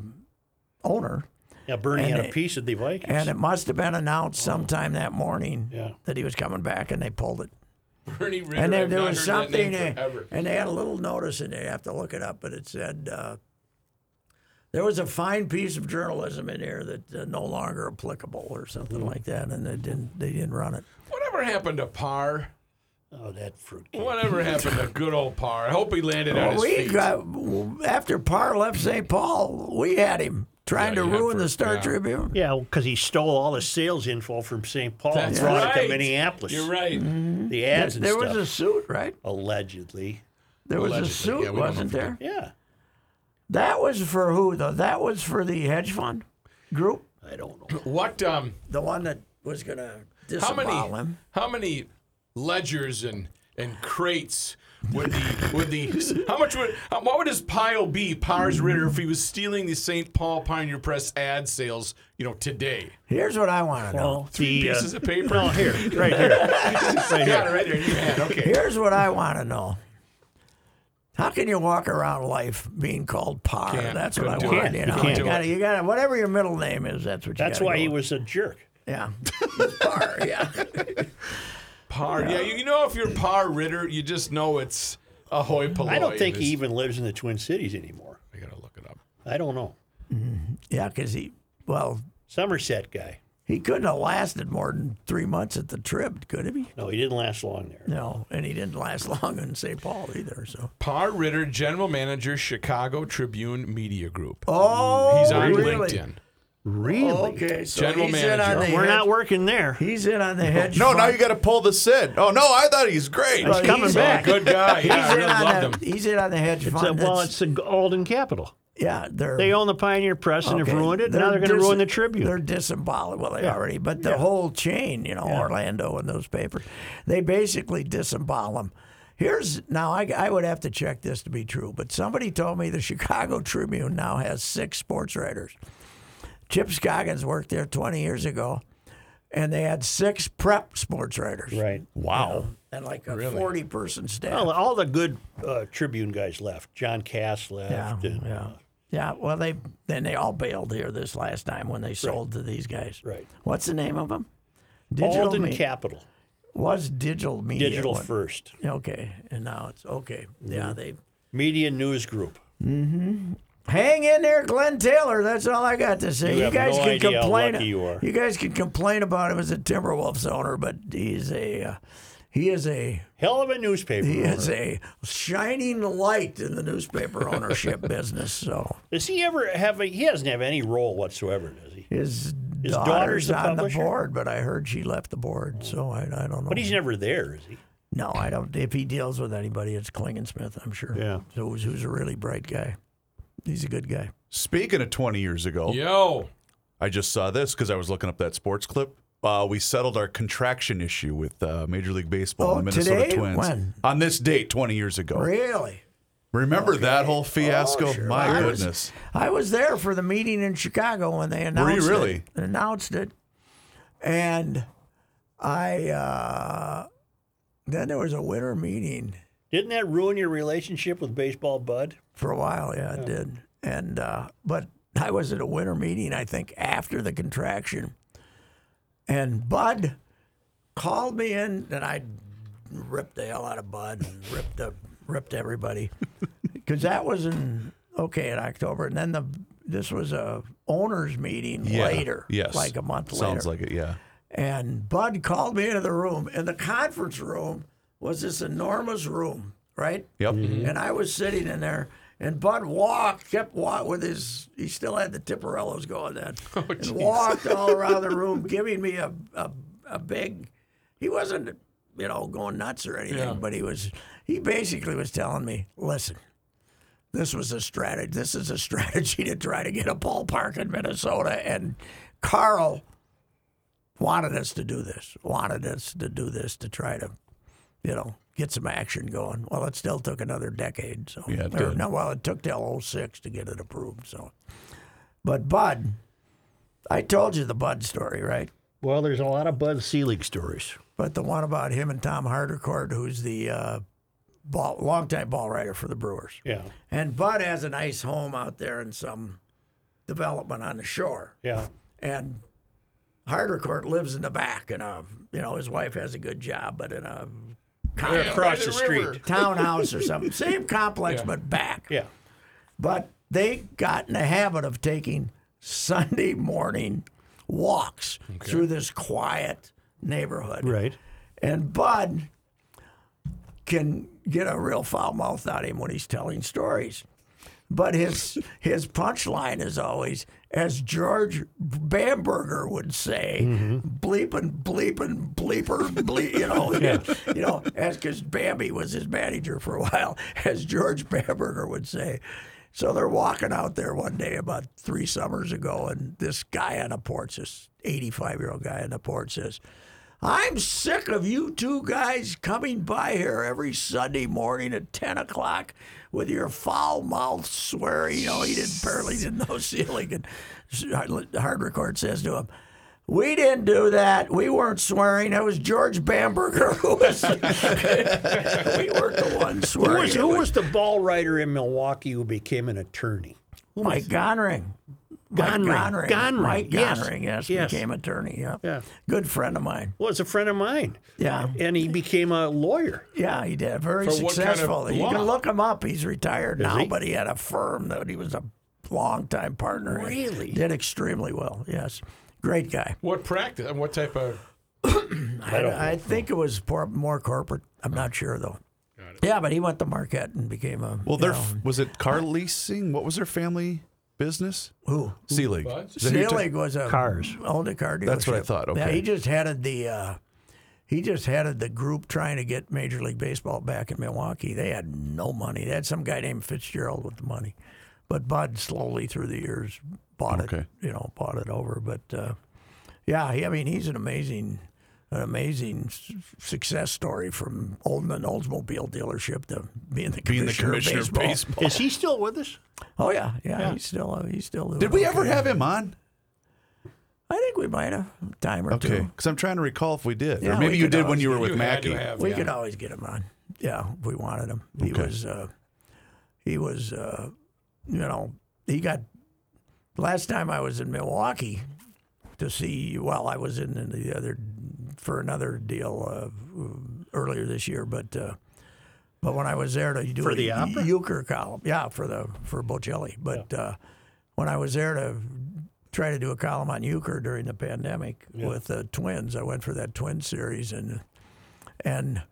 Speaker 3: owner,
Speaker 4: Yeah, Bernie
Speaker 3: and
Speaker 4: had a
Speaker 3: it-
Speaker 4: piece of the Vikings.
Speaker 3: and it must have been announced sometime that morning
Speaker 4: Yeah.
Speaker 3: that he was coming back, and they pulled it.
Speaker 5: Bernie Ritter,
Speaker 3: And there,
Speaker 5: I've
Speaker 3: there
Speaker 5: not
Speaker 3: was
Speaker 5: heard that
Speaker 3: something,
Speaker 5: name
Speaker 3: they-
Speaker 5: forever.
Speaker 3: and they had a little notice in there. You have to look it up, but it said uh, there was a fine piece of journalism in here that uh, no longer applicable or something
Speaker 4: Hmm.
Speaker 3: like that, and they didn't they didn't run it.
Speaker 5: Whatever happened to Parr?
Speaker 4: oh, that fruit.
Speaker 5: Whatever happened to good old Parr? I hope he landed on his
Speaker 3: we
Speaker 5: feet.
Speaker 3: got after Parr left St. Paul, we had him trying
Speaker 5: Yeah,
Speaker 3: to
Speaker 5: you had
Speaker 3: ruin the
Speaker 5: first-
Speaker 3: Star
Speaker 5: yeah.
Speaker 3: Tribune.
Speaker 4: Yeah, because he stole all the sales info from St.
Speaker 3: Oh,
Speaker 4: Paul
Speaker 5: That's
Speaker 4: and brought it
Speaker 5: right.
Speaker 4: to Minneapolis.
Speaker 5: You're right.
Speaker 3: Mm-hmm.
Speaker 4: The ads and
Speaker 3: There
Speaker 4: stuff.
Speaker 3: was a suit, right?
Speaker 4: Allegedly.
Speaker 3: There was a
Speaker 5: Allegedly,
Speaker 3: suit,
Speaker 5: yeah, we don't
Speaker 3: wasn't
Speaker 5: know for
Speaker 3: there?
Speaker 4: Yeah.
Speaker 3: That was for who though? That was for the hedge fund group,
Speaker 4: I don't know.
Speaker 5: What? Um,
Speaker 3: the one that was going to
Speaker 5: how
Speaker 3: disavow
Speaker 5: many?
Speaker 3: him.
Speaker 5: How many ledgers and and crates would the would the? How much would? how- What would his pile be, Parr's Ritter, if he was stealing the St. Paul Pioneer Press ad sales? You know, today.
Speaker 3: Here's what I want to know.
Speaker 4: Three
Speaker 5: pieces of paper.
Speaker 4: uh, No, here, right here. right
Speaker 5: Got
Speaker 4: here.
Speaker 5: it right there in your hand. Okay.
Speaker 3: Here's what I want to know. How can you walk around life being called Parr?
Speaker 5: Can't.
Speaker 3: That's what I
Speaker 5: Couldn't
Speaker 4: do
Speaker 3: want.
Speaker 4: it.
Speaker 3: You
Speaker 4: You
Speaker 3: know,
Speaker 4: can't
Speaker 3: you
Speaker 4: do it.
Speaker 3: gotta, you gotta, whatever your middle name is, that's what you.
Speaker 4: That's
Speaker 3: gotta
Speaker 4: why
Speaker 3: go
Speaker 4: he
Speaker 3: with.
Speaker 4: was a jerk.
Speaker 3: Yeah. Parr, yeah.
Speaker 5: Parr. Yeah. you, you know, if you're Parr Ritter, you just know it's ahoy polloy.
Speaker 4: I don't think he
Speaker 5: It's-
Speaker 4: even lives in the Twin Cities anymore.
Speaker 5: I gotta look it up.
Speaker 4: I don't know.
Speaker 3: Yeah, because he, well,
Speaker 4: Somerset guy.
Speaker 3: he couldn't have lasted more than three months at the trip, could he?
Speaker 4: No, he didn't last long there.
Speaker 3: No, and he didn't last long in St. Paul either. So,
Speaker 5: Parr Ritter, General Manager, Chicago Tribune Media Group.
Speaker 3: oh,
Speaker 5: Mm, He's on
Speaker 3: really?
Speaker 5: LinkedIn.
Speaker 4: Really?
Speaker 3: Okay, so
Speaker 5: General
Speaker 3: he's in
Speaker 5: manager.
Speaker 3: on the
Speaker 4: Oh, We're
Speaker 3: hedge,
Speaker 4: not working there.
Speaker 3: He's in on the hedge.
Speaker 2: No,
Speaker 3: fund.
Speaker 2: now you got to pull the Sid. Oh no, I thought he's great.
Speaker 4: He's coming
Speaker 3: he's-
Speaker 4: back.
Speaker 5: Good guy. Yeah,
Speaker 3: He's
Speaker 5: I
Speaker 3: in,
Speaker 5: really
Speaker 3: on
Speaker 5: loved
Speaker 3: the,
Speaker 5: him.
Speaker 3: he's in on the hedge
Speaker 4: It's a-
Speaker 3: fund.
Speaker 4: well,
Speaker 3: that's-
Speaker 4: it's the Golden Capital.
Speaker 3: yeah, they're
Speaker 4: They own the Pioneer Press and
Speaker 3: okay,
Speaker 4: have ruined it. Now they're going to
Speaker 3: dis-
Speaker 4: ruin the Tribune.
Speaker 3: They're disemboweled. Well, they already, but the whole chain, you know, Orlando and those papers, they basically disembowel them. Here's now, I, I would have to check this to be true, but somebody told me the Chicago Tribune now has six sports writers. Chip Scoggins worked there 20 years ago, and they had six prep sports writers.
Speaker 4: Right.
Speaker 2: Wow.
Speaker 3: And like a 40 person staff.
Speaker 4: Well, all the good uh, Tribune guys left. John Cass
Speaker 3: yeah,
Speaker 4: left. and,
Speaker 3: yeah.
Speaker 4: uh,
Speaker 3: Yeah, well, they then they all bailed here this last time when they sold to these guys.
Speaker 4: Right.
Speaker 3: What's the name of them? Digital
Speaker 4: Alden
Speaker 3: Me-
Speaker 4: Capital.
Speaker 3: was digital media.
Speaker 4: Digital Mm-hmm.
Speaker 3: one.
Speaker 4: first.
Speaker 3: Okay, and now it's okay. Yeah, they
Speaker 4: Media News Group.
Speaker 3: hang in there, Glenn Taylor. That's all I got to say.
Speaker 4: You have
Speaker 3: guys
Speaker 4: no
Speaker 3: can
Speaker 4: idea how
Speaker 3: complain.
Speaker 4: lucky you are.
Speaker 3: guys can complain about him as a Timberwolves owner, but he's a uh, he is a
Speaker 4: Hell of a newspaper.
Speaker 3: he
Speaker 4: owner.
Speaker 3: is a shining light in the newspaper ownership business. So
Speaker 4: Does he ever have a? He doesn't have any role whatsoever, does he?
Speaker 3: his,
Speaker 4: His
Speaker 3: daughter's,
Speaker 4: daughter's the
Speaker 3: on the
Speaker 4: publisher?
Speaker 3: board, but I heard she left the board, so I, I don't know.
Speaker 4: But he's never there, is he?
Speaker 3: no, I don't. If he deals with anybody, it's Klingensmith, I'm sure.
Speaker 4: Yeah.
Speaker 3: So who's, who's a really bright guy? He's a good guy.
Speaker 2: Speaking of 20 years ago,
Speaker 5: Yo.
Speaker 2: I just saw this because I was looking up that sports clip. uh, we settled our contraction issue with uh, Major League Baseball
Speaker 3: Oh,
Speaker 2: and the Minnesota
Speaker 3: today?
Speaker 2: Twins
Speaker 3: When?
Speaker 2: on this date 20 years ago.
Speaker 3: Really?
Speaker 2: Remember that whole fiasco?
Speaker 3: Oh, sure.
Speaker 2: My
Speaker 3: I was-
Speaker 2: goodness.
Speaker 3: I was there for the meeting in Chicago when they announced
Speaker 2: really?
Speaker 3: it. Announced it, and I uh, then there was a winter meeting
Speaker 4: Didn't that ruin your relationship with baseball, Bud?
Speaker 3: for a while. Yeah, it did. And uh, but I was at a winter meeting, I think, after the contraction, and Bud called me in, and I ripped the hell out of Bud, and ripped the, ripped everybody, because that was in okay in October, and then the this was a owners meeting
Speaker 2: Yeah.
Speaker 3: later,
Speaker 2: Yes.
Speaker 3: like a month later.
Speaker 2: Sounds like it, yeah.
Speaker 3: And Bud called me into the room, and the conference room was this enormous room, right?
Speaker 2: Yep.
Speaker 3: And I was sitting in there, and Bud walked, kept walking with his, he still had the Tipperellos going then, and walked all around the room, giving me a, a, a big, he wasn't, you know, going nuts or anything, but he was, he basically was telling me, listen, this was a strategy. This is a strategy to try to get a ballpark in Minnesota. And Carl wanted us to do this, wanted us to do this to try to, you know, get some action going. Well, it still took another decade. So,
Speaker 2: Yeah, it
Speaker 3: or,
Speaker 2: did.
Speaker 3: no, well, it took till 06 to get it approved. So, but Bud, I told you the Bud story, right?
Speaker 4: Well, there's a lot of Bud Selig stories.
Speaker 3: But the one about him and Tom Hardicord, who's the uh, ball, longtime ball writer for the Brewers.
Speaker 4: Yeah.
Speaker 3: And Bud has a nice home out there in some development on the shore.
Speaker 4: Yeah.
Speaker 3: And Hardicourt lives in the back, and a you know his wife has a good job, but in a condo-
Speaker 4: Across the,
Speaker 5: the
Speaker 4: street.
Speaker 5: river.
Speaker 3: townhouse or something, same complex but back.
Speaker 4: Yeah.
Speaker 3: But they got in the habit of taking Sunday morning walks through this quiet neighborhood.
Speaker 4: Right.
Speaker 3: And Bud can get a real foul mouth out of him when he's telling stories. But his his punchline is always, as George Bamberger would say, bleeping, bleeping, bleeper, bleep. You know, you know, as because Bambi was his manager for a while, as George Bamberger would say. So they're walking out there one day about three summers ago, and this guy on the porch, this 85 year old guy on the porch says, I'm sick of you two guys coming by here every Sunday morning at 10 o'clock with your foul mouth swearing. You know, he didn't barely didn't know ceiling. And Hard Record says to him, we didn't do that. We weren't swearing. It was George Bamberger who was. we weren't the ones
Speaker 4: Who
Speaker 3: swearing.
Speaker 4: was,
Speaker 3: It
Speaker 4: who was the ball writer in Milwaukee who became an attorney?
Speaker 3: Mike Gonring. Mike
Speaker 4: Gonring.
Speaker 3: Gonring.
Speaker 4: Gonring,
Speaker 3: Mike
Speaker 4: yes.
Speaker 3: Gonring, yes,
Speaker 4: Yes.
Speaker 3: became attorney. Yeah.
Speaker 4: Yeah.
Speaker 3: Good friend of mine.
Speaker 4: Was a friend of mine.
Speaker 3: Yeah.
Speaker 4: And he became a lawyer.
Speaker 3: Yeah, he did. Very
Speaker 5: For what kind of
Speaker 3: successful. you can
Speaker 5: law?
Speaker 3: look him up. He's retired now,
Speaker 4: he?
Speaker 3: but he had a firm that he was a longtime partner. in.
Speaker 4: Really?
Speaker 3: Did extremely well. Yes. Great guy.
Speaker 5: What practice and what type of
Speaker 3: I, I think it was por- more corporate. I'm not sure though. Yeah, but he went to Marquette and became a
Speaker 2: Well,
Speaker 3: you
Speaker 2: their
Speaker 3: know,
Speaker 2: was it car leasing? What was their family business?
Speaker 3: who
Speaker 2: Seelig.
Speaker 5: What?
Speaker 2: Is that who you took-
Speaker 3: Selig was a
Speaker 4: Cars.
Speaker 3: owned a car dealership.
Speaker 2: That's what I thought,
Speaker 3: Yeah,
Speaker 2: okay.
Speaker 3: he just headed the uh, he just headed the group trying to get Major League Baseball back in Milwaukee. They had no money. They had some guy named Fitzgerald with the money, but Bud slowly through the years bought it.
Speaker 2: Okay.
Speaker 3: You know, bought it over. But uh, yeah, he, I mean, he's an amazing. An amazing s- success story from owning an Oldsmobile dealership to being the commissioner,
Speaker 2: Being the commissioner
Speaker 3: of
Speaker 2: of
Speaker 3: baseball.
Speaker 2: baseball.
Speaker 4: Is he still with us?
Speaker 3: Oh yeah, yeah, he's still uh, he's still. doing
Speaker 2: Did we ever
Speaker 3: okay.
Speaker 2: have him on?
Speaker 3: I think we might have a time or
Speaker 2: Okay,
Speaker 3: two.
Speaker 2: because I'm trying to recall if we did,
Speaker 3: Yeah,
Speaker 2: or maybe
Speaker 3: we
Speaker 2: you
Speaker 3: could
Speaker 2: did when
Speaker 3: always-
Speaker 2: you were with
Speaker 5: you had to
Speaker 2: Mackie.
Speaker 5: have?
Speaker 3: We
Speaker 5: yeah.
Speaker 3: could always get him on. Yeah, if we wanted him. He was, uh, he was, uh, you know, he got. Last time I was in Milwaukee to see, well, I was in, in the other for another deal uh, earlier this year, but uh, but when I was there to do
Speaker 4: For the opera?
Speaker 3: euchre column, yeah, for the for Bocelli, but uh, when I was there to try to do a column on euchre during the pandemic with the twins, I went for that twin series and and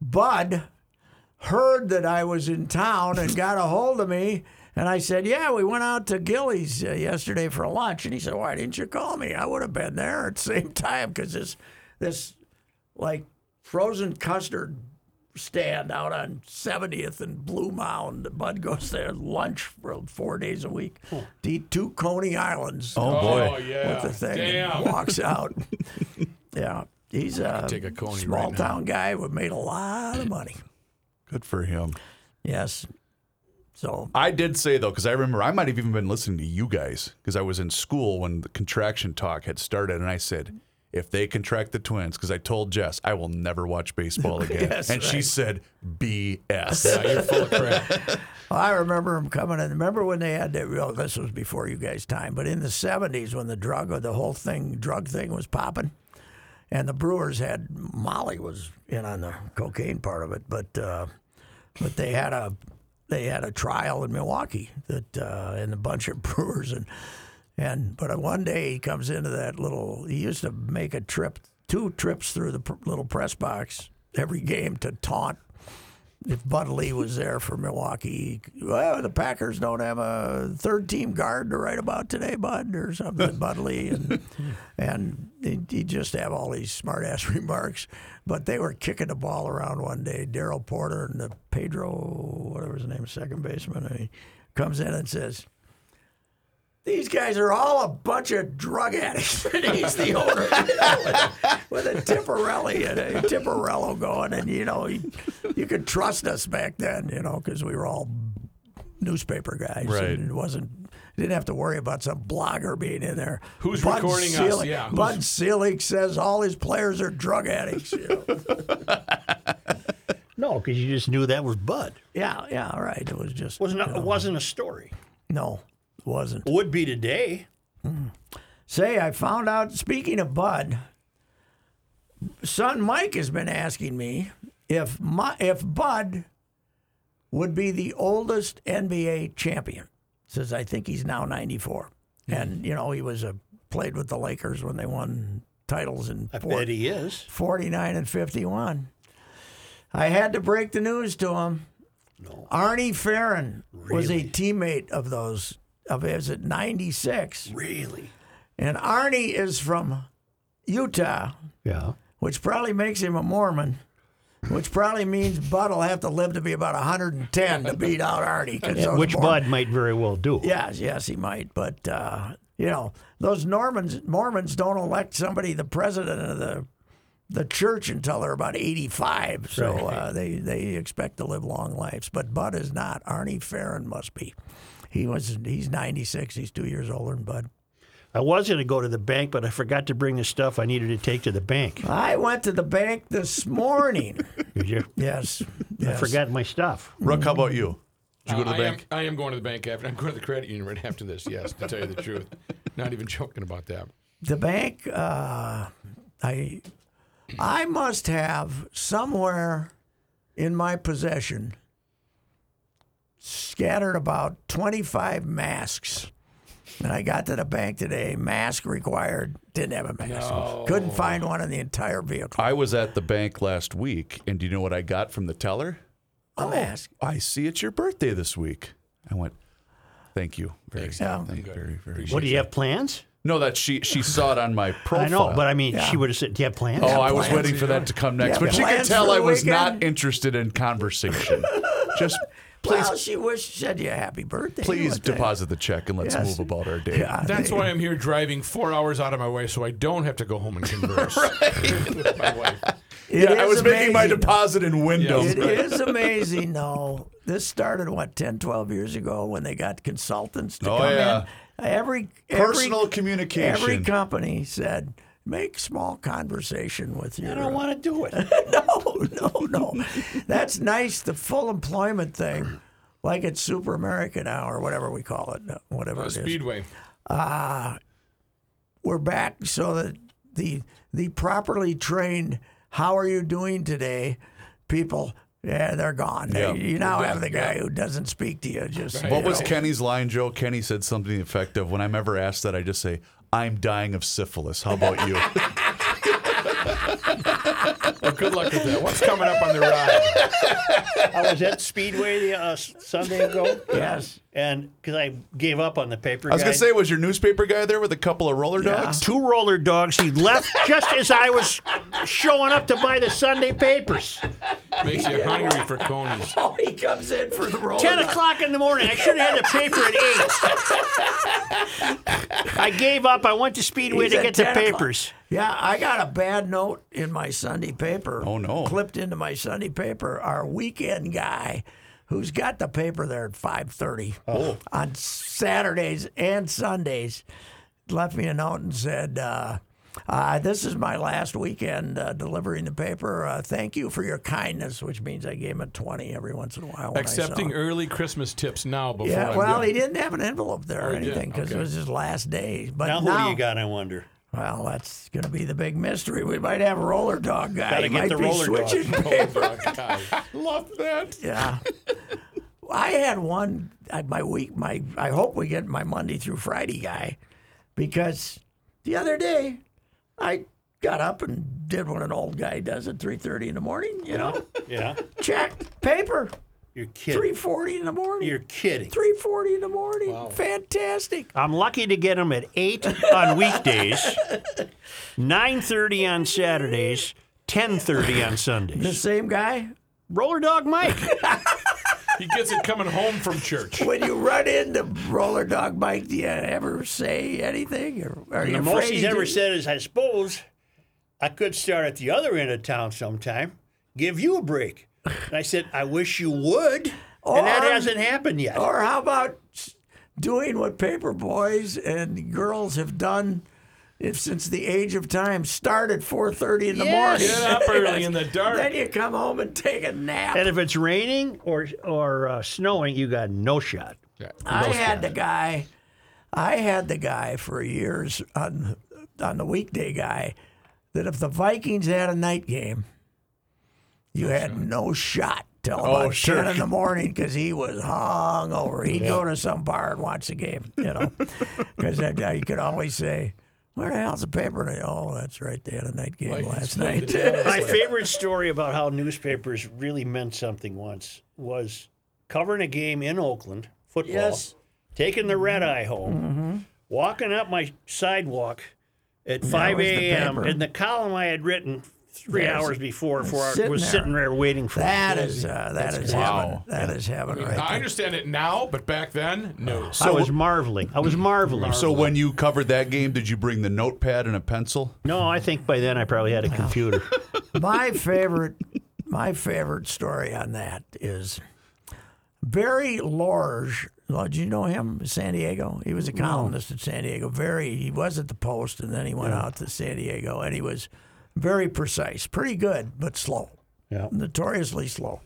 Speaker 3: Bud heard that I was in town and got a hold of me. And I said, Yeah, we went out to Gillies uh, yesterday for lunch. And he said, Why didn't you call me? I would have been there at the same time because this, this like frozen custard stand out on 70th and Blue Mound. Bud goes there at lunch for four days a week. To eat two Coney Islands.
Speaker 2: Oh, boy.
Speaker 5: Oh yeah.
Speaker 3: with the thing
Speaker 5: Damn.
Speaker 3: and walks out. yeah. He's um, a,
Speaker 2: take a Coney
Speaker 3: small
Speaker 2: right now.
Speaker 3: town guy who made a lot of money.
Speaker 2: Good for him.
Speaker 3: Yes. So
Speaker 2: I did say though, because I remember I might have even been listening to you guys because I was in school when the contraction talk had started, and I said, if they contract the twins, because I told Jess I will never watch baseball again,
Speaker 3: Yes,
Speaker 2: and she
Speaker 3: right.
Speaker 2: said BS.
Speaker 5: Now you're full of crap.
Speaker 3: I remember him coming in. Remember when they had that? Well, this was before you guys' time, but in the '70s when the drug or the whole thing, drug thing was popping, and the Brewers had Molly was in on the cocaine part of it, but uh, but they had a they had a trial in Milwaukee that uh, and a bunch of Brewers and and but one day he comes into that little. He used to make a trip, two trips through the pr- little press box every game to taunt if Bud Lee was there for Milwaukee, well, the Packers don't have a third team guard to write about today, Bud, or something, Bud Lee. And, and he'd he'd just have all these smart ass remarks. But they were kicking the ball around one day. Daryl Porter and the Pedro, whatever his name, is, second baseman, and he comes in and says, these guys are all a bunch of drug addicts. and he's the owner you know, with, with a Tipperelli and a Tipperello going. And, you know, he, you could trust us back then, you know, because we were all newspaper guys.
Speaker 2: Right.
Speaker 3: And it wasn't, didn't have to worry about some blogger being in there.
Speaker 5: Who's
Speaker 3: Bud
Speaker 5: recording us?
Speaker 3: Selig,
Speaker 5: Yeah, who's-
Speaker 3: Bud Selig says all his players are drug addicts. You know.
Speaker 4: No, because you just knew that was Bud.
Speaker 3: yeah, yeah, all right. It was just.
Speaker 4: Was not. It wasn't a story.
Speaker 3: No, it wasn't.
Speaker 4: Would be today.
Speaker 3: Say, I found out, speaking of Bud, son Mike has been asking me if, my, if Bud would be the oldest NBA champion. Says, I think he's now 94.
Speaker 4: Hmm.
Speaker 3: And, you know, he was a, played with the Lakers when they won titles in
Speaker 4: I
Speaker 3: four-
Speaker 4: bet he is.
Speaker 3: 49 and 51. I had to break the news to him. Arnie Farron was a teammate of those, of his at 96.
Speaker 4: Really?
Speaker 3: And Arnie is from Utah,
Speaker 4: Yeah.
Speaker 3: which probably makes him a Mormon, which probably means Bud will have to live to be about 110 to beat out Arnie. 'cause those
Speaker 4: Which
Speaker 3: Mormons-
Speaker 4: Bud might very well do.
Speaker 3: Yes, yes, he might. But, uh, you know, those Normans, Mormons don't elect somebody the president of the the church until they're about 85. So uh, they, they expect to live long lives. But Bud is not. Arnie Farron must be. He was He's 96. He's two years older than Bud.
Speaker 4: I was going to go to the bank, but I forgot to bring the stuff I needed to take to the bank.
Speaker 3: I went to the bank this morning.
Speaker 4: Did you?
Speaker 3: yes, yes.
Speaker 4: I forgot my stuff.
Speaker 2: Rook, how about you? Did you go to
Speaker 5: I
Speaker 2: the bank?
Speaker 5: Am, I am going to the bank after. I'm going to the credit union right after this. Yes, to tell you the truth. Not even joking about that.
Speaker 3: The bank. Uh, I I must have somewhere in my possession scattered about 25 masks. And I got to the bank today. Mask required. Didn't have a mask. Couldn't find one in the entire vehicle.
Speaker 2: I was at the bank last week, and do you know what I got from the teller?
Speaker 3: A mask.
Speaker 2: I see it's your birthday this week. I went, thank you. Very, thank you very, very much.
Speaker 4: What do you have plans?
Speaker 2: No, that she she saw it on my profile.
Speaker 4: I know, but I mean, she would have said, "Do you have plans?"
Speaker 2: Oh, I was
Speaker 3: plans.
Speaker 2: waiting for that to come next,
Speaker 3: Yeah,
Speaker 2: but you could
Speaker 3: plans for
Speaker 2: tell
Speaker 3: the
Speaker 2: I was
Speaker 3: weekend.
Speaker 2: not interested in conversation. Just
Speaker 3: Please. Well, she wished, said you a happy birthday. You
Speaker 2: please
Speaker 3: would think.
Speaker 2: deposit the check and let's
Speaker 3: Yes.
Speaker 2: move about our day.
Speaker 3: Yeah,
Speaker 5: That's
Speaker 3: they-
Speaker 5: why I'm here driving four hours out of my way so I don't have to go home and converse with my wife.
Speaker 3: It
Speaker 2: Yeah, I
Speaker 3: is
Speaker 2: was making my
Speaker 3: amazing.
Speaker 2: deposit in Wyndham.
Speaker 3: It is amazing, though. This started, what, 10, 12 years ago when they got consultants to
Speaker 2: Oh,
Speaker 3: come
Speaker 2: yeah.
Speaker 3: in. Every, every-
Speaker 2: Personal communication.
Speaker 3: Every company said, make small conversation with your.
Speaker 4: I don't want to do it.
Speaker 3: no, no, no. That's nice, the full employment thing. Like it's Super America now, or whatever we call it, whatever
Speaker 5: Uh,
Speaker 3: it is
Speaker 5: Speedway.
Speaker 3: we're back so that the the properly trained how are you doing today people yeah they're gone
Speaker 2: Yeah.
Speaker 3: you now have the guy who doesn't speak to you just
Speaker 2: What was Kenny's line, Joe? Kenny said something to the effect of, when I'm ever asked that, I just say, I'm dying of syphilis. How about you?
Speaker 5: Well, good luck with that. What's coming up on the ride?
Speaker 4: I was at Speedway the, uh, s- Sunday ago.
Speaker 3: Yes.
Speaker 4: And because I gave up on the paper.
Speaker 2: I was
Speaker 4: guy.
Speaker 2: gonna say, was your newspaper guy there with a couple of roller dogs?
Speaker 4: Two roller dogs. He left just as I was showing up to buy the Sunday papers.
Speaker 5: Makes you hungry for conies.
Speaker 3: Oh, he comes in for the roll.
Speaker 4: 10 o'clock in the morning. I should have had the paper at 8. I gave up. I went to Speedway
Speaker 3: He's
Speaker 4: to
Speaker 3: at
Speaker 4: get the
Speaker 3: 10 o'clock.
Speaker 4: papers.
Speaker 3: Yeah, I got a bad note in my Sunday paper.
Speaker 2: Oh, no.
Speaker 3: Clipped into my Sunday paper. Our weekend guy, who's got the paper there at five thirty
Speaker 4: Oh.
Speaker 3: on Saturdays and Sundays, left me a note and said. Uh, uh, this is my last weekend uh, delivering the paper. Uh, thank you for your kindness, which means I gave him a twenty every once in a while. When I
Speaker 5: Accepting
Speaker 3: saw him.
Speaker 5: early Christmas tips now before
Speaker 3: Yeah,
Speaker 5: I'm
Speaker 3: well,
Speaker 5: done.
Speaker 3: he didn't have an envelope there or
Speaker 5: didn't?
Speaker 3: anything because
Speaker 5: Okay.
Speaker 3: it was his last day. But
Speaker 4: Now, who do you got, I wonder?
Speaker 3: well, that's going to be the big mystery. We might have a roller dog guy.
Speaker 4: Gotta
Speaker 3: He
Speaker 4: get
Speaker 3: might
Speaker 4: the
Speaker 3: be
Speaker 4: roller dog.
Speaker 3: switching.
Speaker 5: Oh, Love that.
Speaker 3: Yeah. I had one I- my week. My I hope we get my Monday through Friday guy, because the other day I got up and did what an old guy does at three thirty in the morning. You know,
Speaker 4: Yeah.
Speaker 3: checked paper
Speaker 4: You're kidding.
Speaker 3: three forty in the morning.
Speaker 4: You're kidding.
Speaker 3: three forty in the morning. Fantastic.
Speaker 4: I'm lucky to get them at 8 on weekdays, 9.30 on Saturdays, 10.30 on
Speaker 3: The
Speaker 4: Sundays.
Speaker 3: same guy.
Speaker 4: Roller Dog Mike.
Speaker 5: He gets it coming home from church.
Speaker 3: When you run into Roller Dog Mike, do you ever say anything? Or are you
Speaker 4: The
Speaker 3: afraid
Speaker 4: most he's
Speaker 3: you-
Speaker 4: ever said is, I suppose I could start at the other end of town sometime, give you a break. And I said, I wish you would. and that
Speaker 3: Or-
Speaker 4: hasn't happened yet.
Speaker 3: Or how about doing what paper boys and girls have done if since the age of time? Start at four thirty in the
Speaker 5: Get
Speaker 3: morning.
Speaker 5: up early in the dark.
Speaker 3: Then you come home and take a nap.
Speaker 4: and if it's raining or or uh, snowing, you got no shot.
Speaker 3: I had the guy. I had the guy for years on on the weekday guy that if the Vikings had a night game, you had no shot till
Speaker 5: Oh,
Speaker 3: about
Speaker 2: sure.
Speaker 3: ten in the morning because he was hung over. He'd go to some bar and watch the game, you know, because that guy you could always say. Where the hell's the paper? today?" Oh, that's right. They had a night game last night.
Speaker 4: My favorite story about how newspapers really meant something once was covering a game in Oakland, football,
Speaker 3: Yes. Mm-hmm.
Speaker 4: taking the red eye home, walking up my sidewalk at
Speaker 3: That
Speaker 4: 5
Speaker 3: was the
Speaker 4: a.m.
Speaker 3: paper.
Speaker 4: and the column I had written three
Speaker 3: There's-
Speaker 4: hours before for our,
Speaker 3: sitting
Speaker 4: was
Speaker 3: there.
Speaker 4: sitting there waiting for
Speaker 3: that
Speaker 4: me.
Speaker 3: is uh, that is heaven. That is heaven right
Speaker 5: I
Speaker 3: there.
Speaker 5: understand it now, but back then, no.
Speaker 4: I was marveling. I was marveling.
Speaker 2: So when you covered that game, did you bring the notepad and a pencil?
Speaker 4: no, I think by then I probably had a computer.
Speaker 3: my favorite my favorite story on that is Barry Lorge. Lord, Do you know him? San Diego. He was a columnist at San Diego. Very. He was at the Post, and then he went out to San Diego, and he was very precise, pretty good, but slow.
Speaker 4: Yeah.
Speaker 3: Notoriously slow.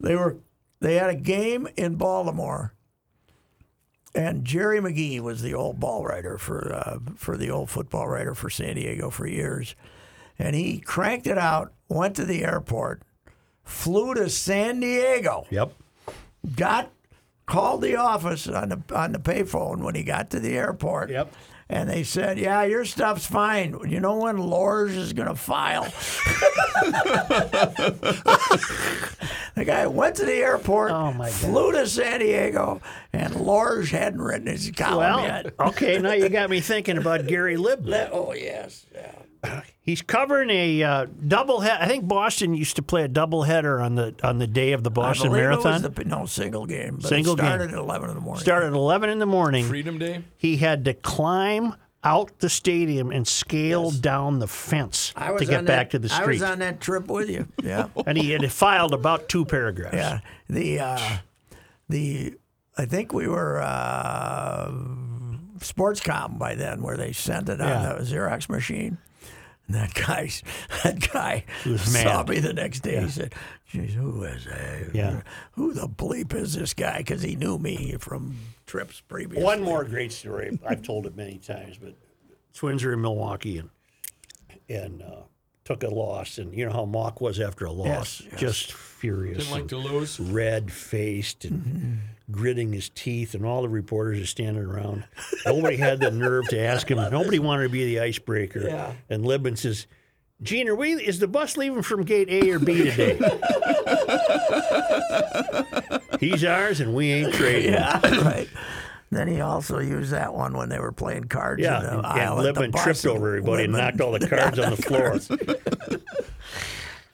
Speaker 3: They were. They had a game in Baltimore, and Jerry McGee was the old ball writer for uh, for the old football writer for San Diego for years and he cranked it out, went to the airport, flew to San Diego,
Speaker 4: yep.
Speaker 3: got called the office on the on the payphone when he got to the airport.
Speaker 4: Yep.
Speaker 3: And they said, "Yeah, your stuff's fine. You know when Lorge is going to file?" the guy went to the airport,
Speaker 4: Oh, my God.
Speaker 3: flew to San Diego, and Lorge hadn't written his column
Speaker 4: Well,
Speaker 3: yet.
Speaker 4: okay, now you got me thinking about Gary Libman.
Speaker 3: Oh yes, yeah.
Speaker 4: He's covering a uh, double head. I think Boston used to play a double header on the on the day of the
Speaker 3: I
Speaker 4: Boston
Speaker 3: believe it was
Speaker 4: Marathon.
Speaker 3: the- no single game. But
Speaker 4: Single
Speaker 3: it
Speaker 4: game.
Speaker 3: started at eleven in the morning.
Speaker 4: Started at eleven in the morning.
Speaker 5: Freedom Day?
Speaker 4: He had to climb out the stadium and scale down the fence
Speaker 3: I was
Speaker 4: to get
Speaker 3: on
Speaker 4: back
Speaker 3: that,
Speaker 4: to the
Speaker 3: I
Speaker 4: street.
Speaker 3: was on that trip with you. Yeah,
Speaker 4: and he had filed about two paragraphs.
Speaker 3: yeah. The uh, the I think we were uh, sportscom by then, where they sent it
Speaker 4: Yeah.
Speaker 3: on the Xerox machine. And that guy, that guy
Speaker 4: was
Speaker 3: saw
Speaker 4: mad.
Speaker 3: me the next day. He said, Jeez, "Who is that?
Speaker 4: Yeah.
Speaker 3: Who the bleep is this guy?" Because he knew me from trips previous.
Speaker 4: One more great story. I've told it many times, but Twins were in Milwaukee and and uh, took a loss, and you know how Mock was after a loss, just furious,
Speaker 5: Didn't like
Speaker 4: and
Speaker 5: to lose.
Speaker 4: red faced, and gritting his teeth, and all the reporters are standing around. Nobody had the nerve to ask him. Nobody wanted to be the icebreaker.
Speaker 3: Yeah.
Speaker 4: And Libman says. Gene, are we? Is the bus leaving from gate A or B today? He's ours, and we ain't trading.
Speaker 3: Yeah, right. Then he also used that one when they were playing cards
Speaker 4: Yeah,
Speaker 3: in the
Speaker 4: and,
Speaker 3: aisle
Speaker 4: and
Speaker 3: at the
Speaker 4: Lippman
Speaker 3: bus
Speaker 4: tripped
Speaker 3: and
Speaker 4: over everybody
Speaker 3: Lippman-
Speaker 4: and knocked all the cards on the floor.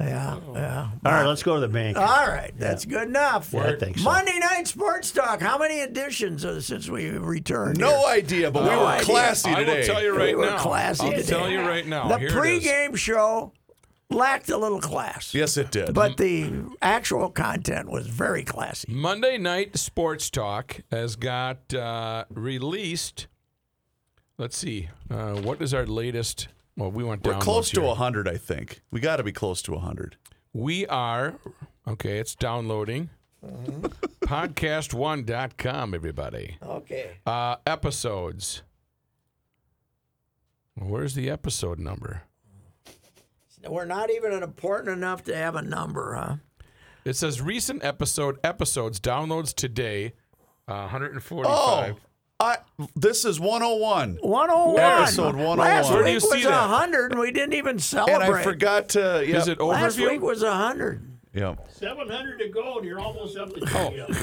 Speaker 3: Yeah, yeah.
Speaker 4: All right, let's go to the bank.
Speaker 3: All right, that's good enough.
Speaker 4: Yeah, I think so.
Speaker 3: Monday Night Sports Talk. How many editions uh, since we returned?
Speaker 2: No
Speaker 3: here?
Speaker 2: idea, but we
Speaker 3: No
Speaker 2: were
Speaker 3: idea.
Speaker 2: classy
Speaker 5: I
Speaker 2: today.
Speaker 5: will tell you right
Speaker 3: We're
Speaker 5: now.
Speaker 3: classy
Speaker 5: I'll
Speaker 3: today.
Speaker 5: tell you right now.
Speaker 3: The
Speaker 5: Oh, Here it is.
Speaker 3: pregame show lacked a little class,
Speaker 2: Yes, it did.
Speaker 3: but the actual content was very classy.
Speaker 5: Monday Night Sports Talk has got uh, released. Let's see. Uh, what is our latest? Well, we went
Speaker 2: we're
Speaker 5: down.
Speaker 2: close to 100, I think. We got to be close to 100.
Speaker 5: We are. Okay, it's downloading. Podcast1.com, everybody.
Speaker 3: Okay.
Speaker 5: Uh, episodes. Where's the episode number?
Speaker 3: We're not even important enough to have a number, huh?
Speaker 5: It says recent episode episodes downloads today, uh, 145.
Speaker 3: Oh,
Speaker 2: I, this is 101.
Speaker 3: 101.
Speaker 2: Episode 101.
Speaker 3: Last
Speaker 2: Where
Speaker 5: do you
Speaker 3: week
Speaker 5: see
Speaker 3: was
Speaker 5: that?
Speaker 3: 100 and we didn't even
Speaker 2: And
Speaker 3: celebrate.
Speaker 2: I forgot to. Yep.
Speaker 5: Is it
Speaker 3: Last
Speaker 5: overview?
Speaker 3: week was 100.
Speaker 2: Yep.
Speaker 4: 700 to go, and you're almost up to oh.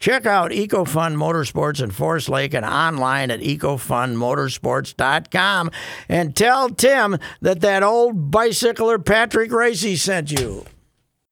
Speaker 3: Check out EcoFun Motorsports in Forest Lake and online at EcoFunMotorsports.com and tell Tim that that old bicycler Patrick Racy sent you.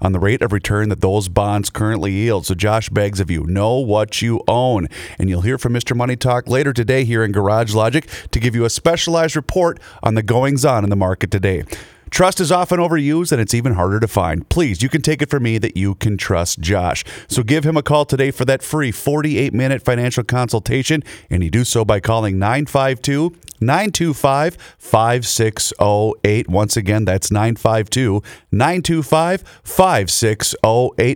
Speaker 2: on the rate of return that those bonds currently yield. So Josh begs of you, know what you own. And you'll hear from Mr. Money Talk later today here in Garage Logic to give you a specialized report on the goings on in the market today. Trust is often overused and it's even harder to find. Please, you can take it from me that you can trust Josh. So give him a call today for that free 48 minute financial consultation, and you do so by calling 952 925 5608. Once again, that's 952 925 5608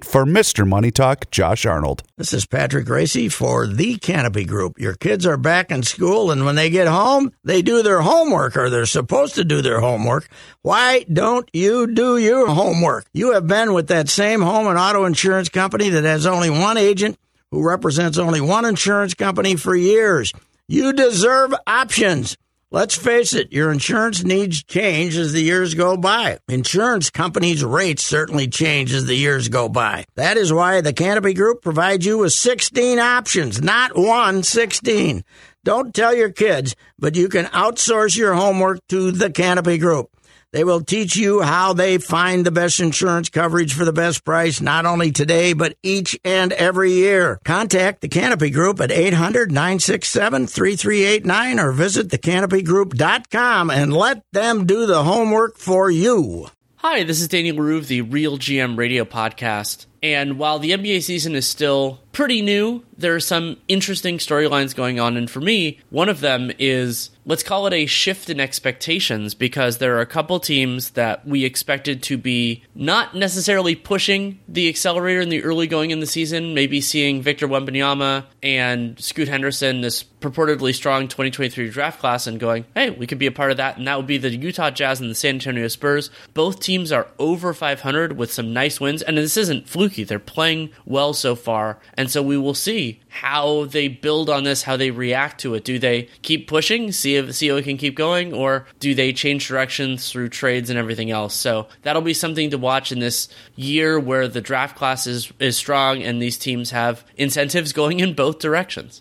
Speaker 2: for Mr. Money Talk, Josh Arnold.
Speaker 3: This is Patrick Racy for The Canopy Group. Your kids are back in school, and when they get home, they do their homework, or they're supposed to do their homework. Why don't you do your homework? You have been with that same home and auto insurance company that has only one agent who represents only one insurance company for years. You deserve options. Let's face it, your insurance needs change as the years go by. Insurance companies' rates certainly change as the years go by. That is why the Canopy Group provides you with 16 options, not one, 16. Don't tell your kids, but you can outsource your homework to the Canopy Group. They will teach you how they find the best insurance coverage for the best price, not only today, but each and every year. Contact the Canopy Group at 800 967 3389 or visit thecanopygroup.com and let them do the homework for you.
Speaker 7: Hi, this is Danny LaRue of the Real GM Radio Podcast.
Speaker 6: And while the NBA season is still pretty new, there are some interesting storylines going on. And for me, one of them is let's call it a shift in expectations because there are a couple teams that we expected to be not necessarily pushing the accelerator in the early going in the season, maybe seeing Victor Wembanyama and Scoot Henderson, this purportedly strong 2023 draft class, and going, hey, we could be a part of that. And that would be the Utah Jazz and the San Antonio Spurs. Both teams are over 500 with some nice wins. And this isn't fluky, they're playing well so far. And so we will see how they build on this, how they react to it. Do they keep pushing, see if see if it can keep going, or do they change directions through trades and everything else? So that'll be something to watch in this year where the draft class is, is strong and these teams have incentives going in both directions.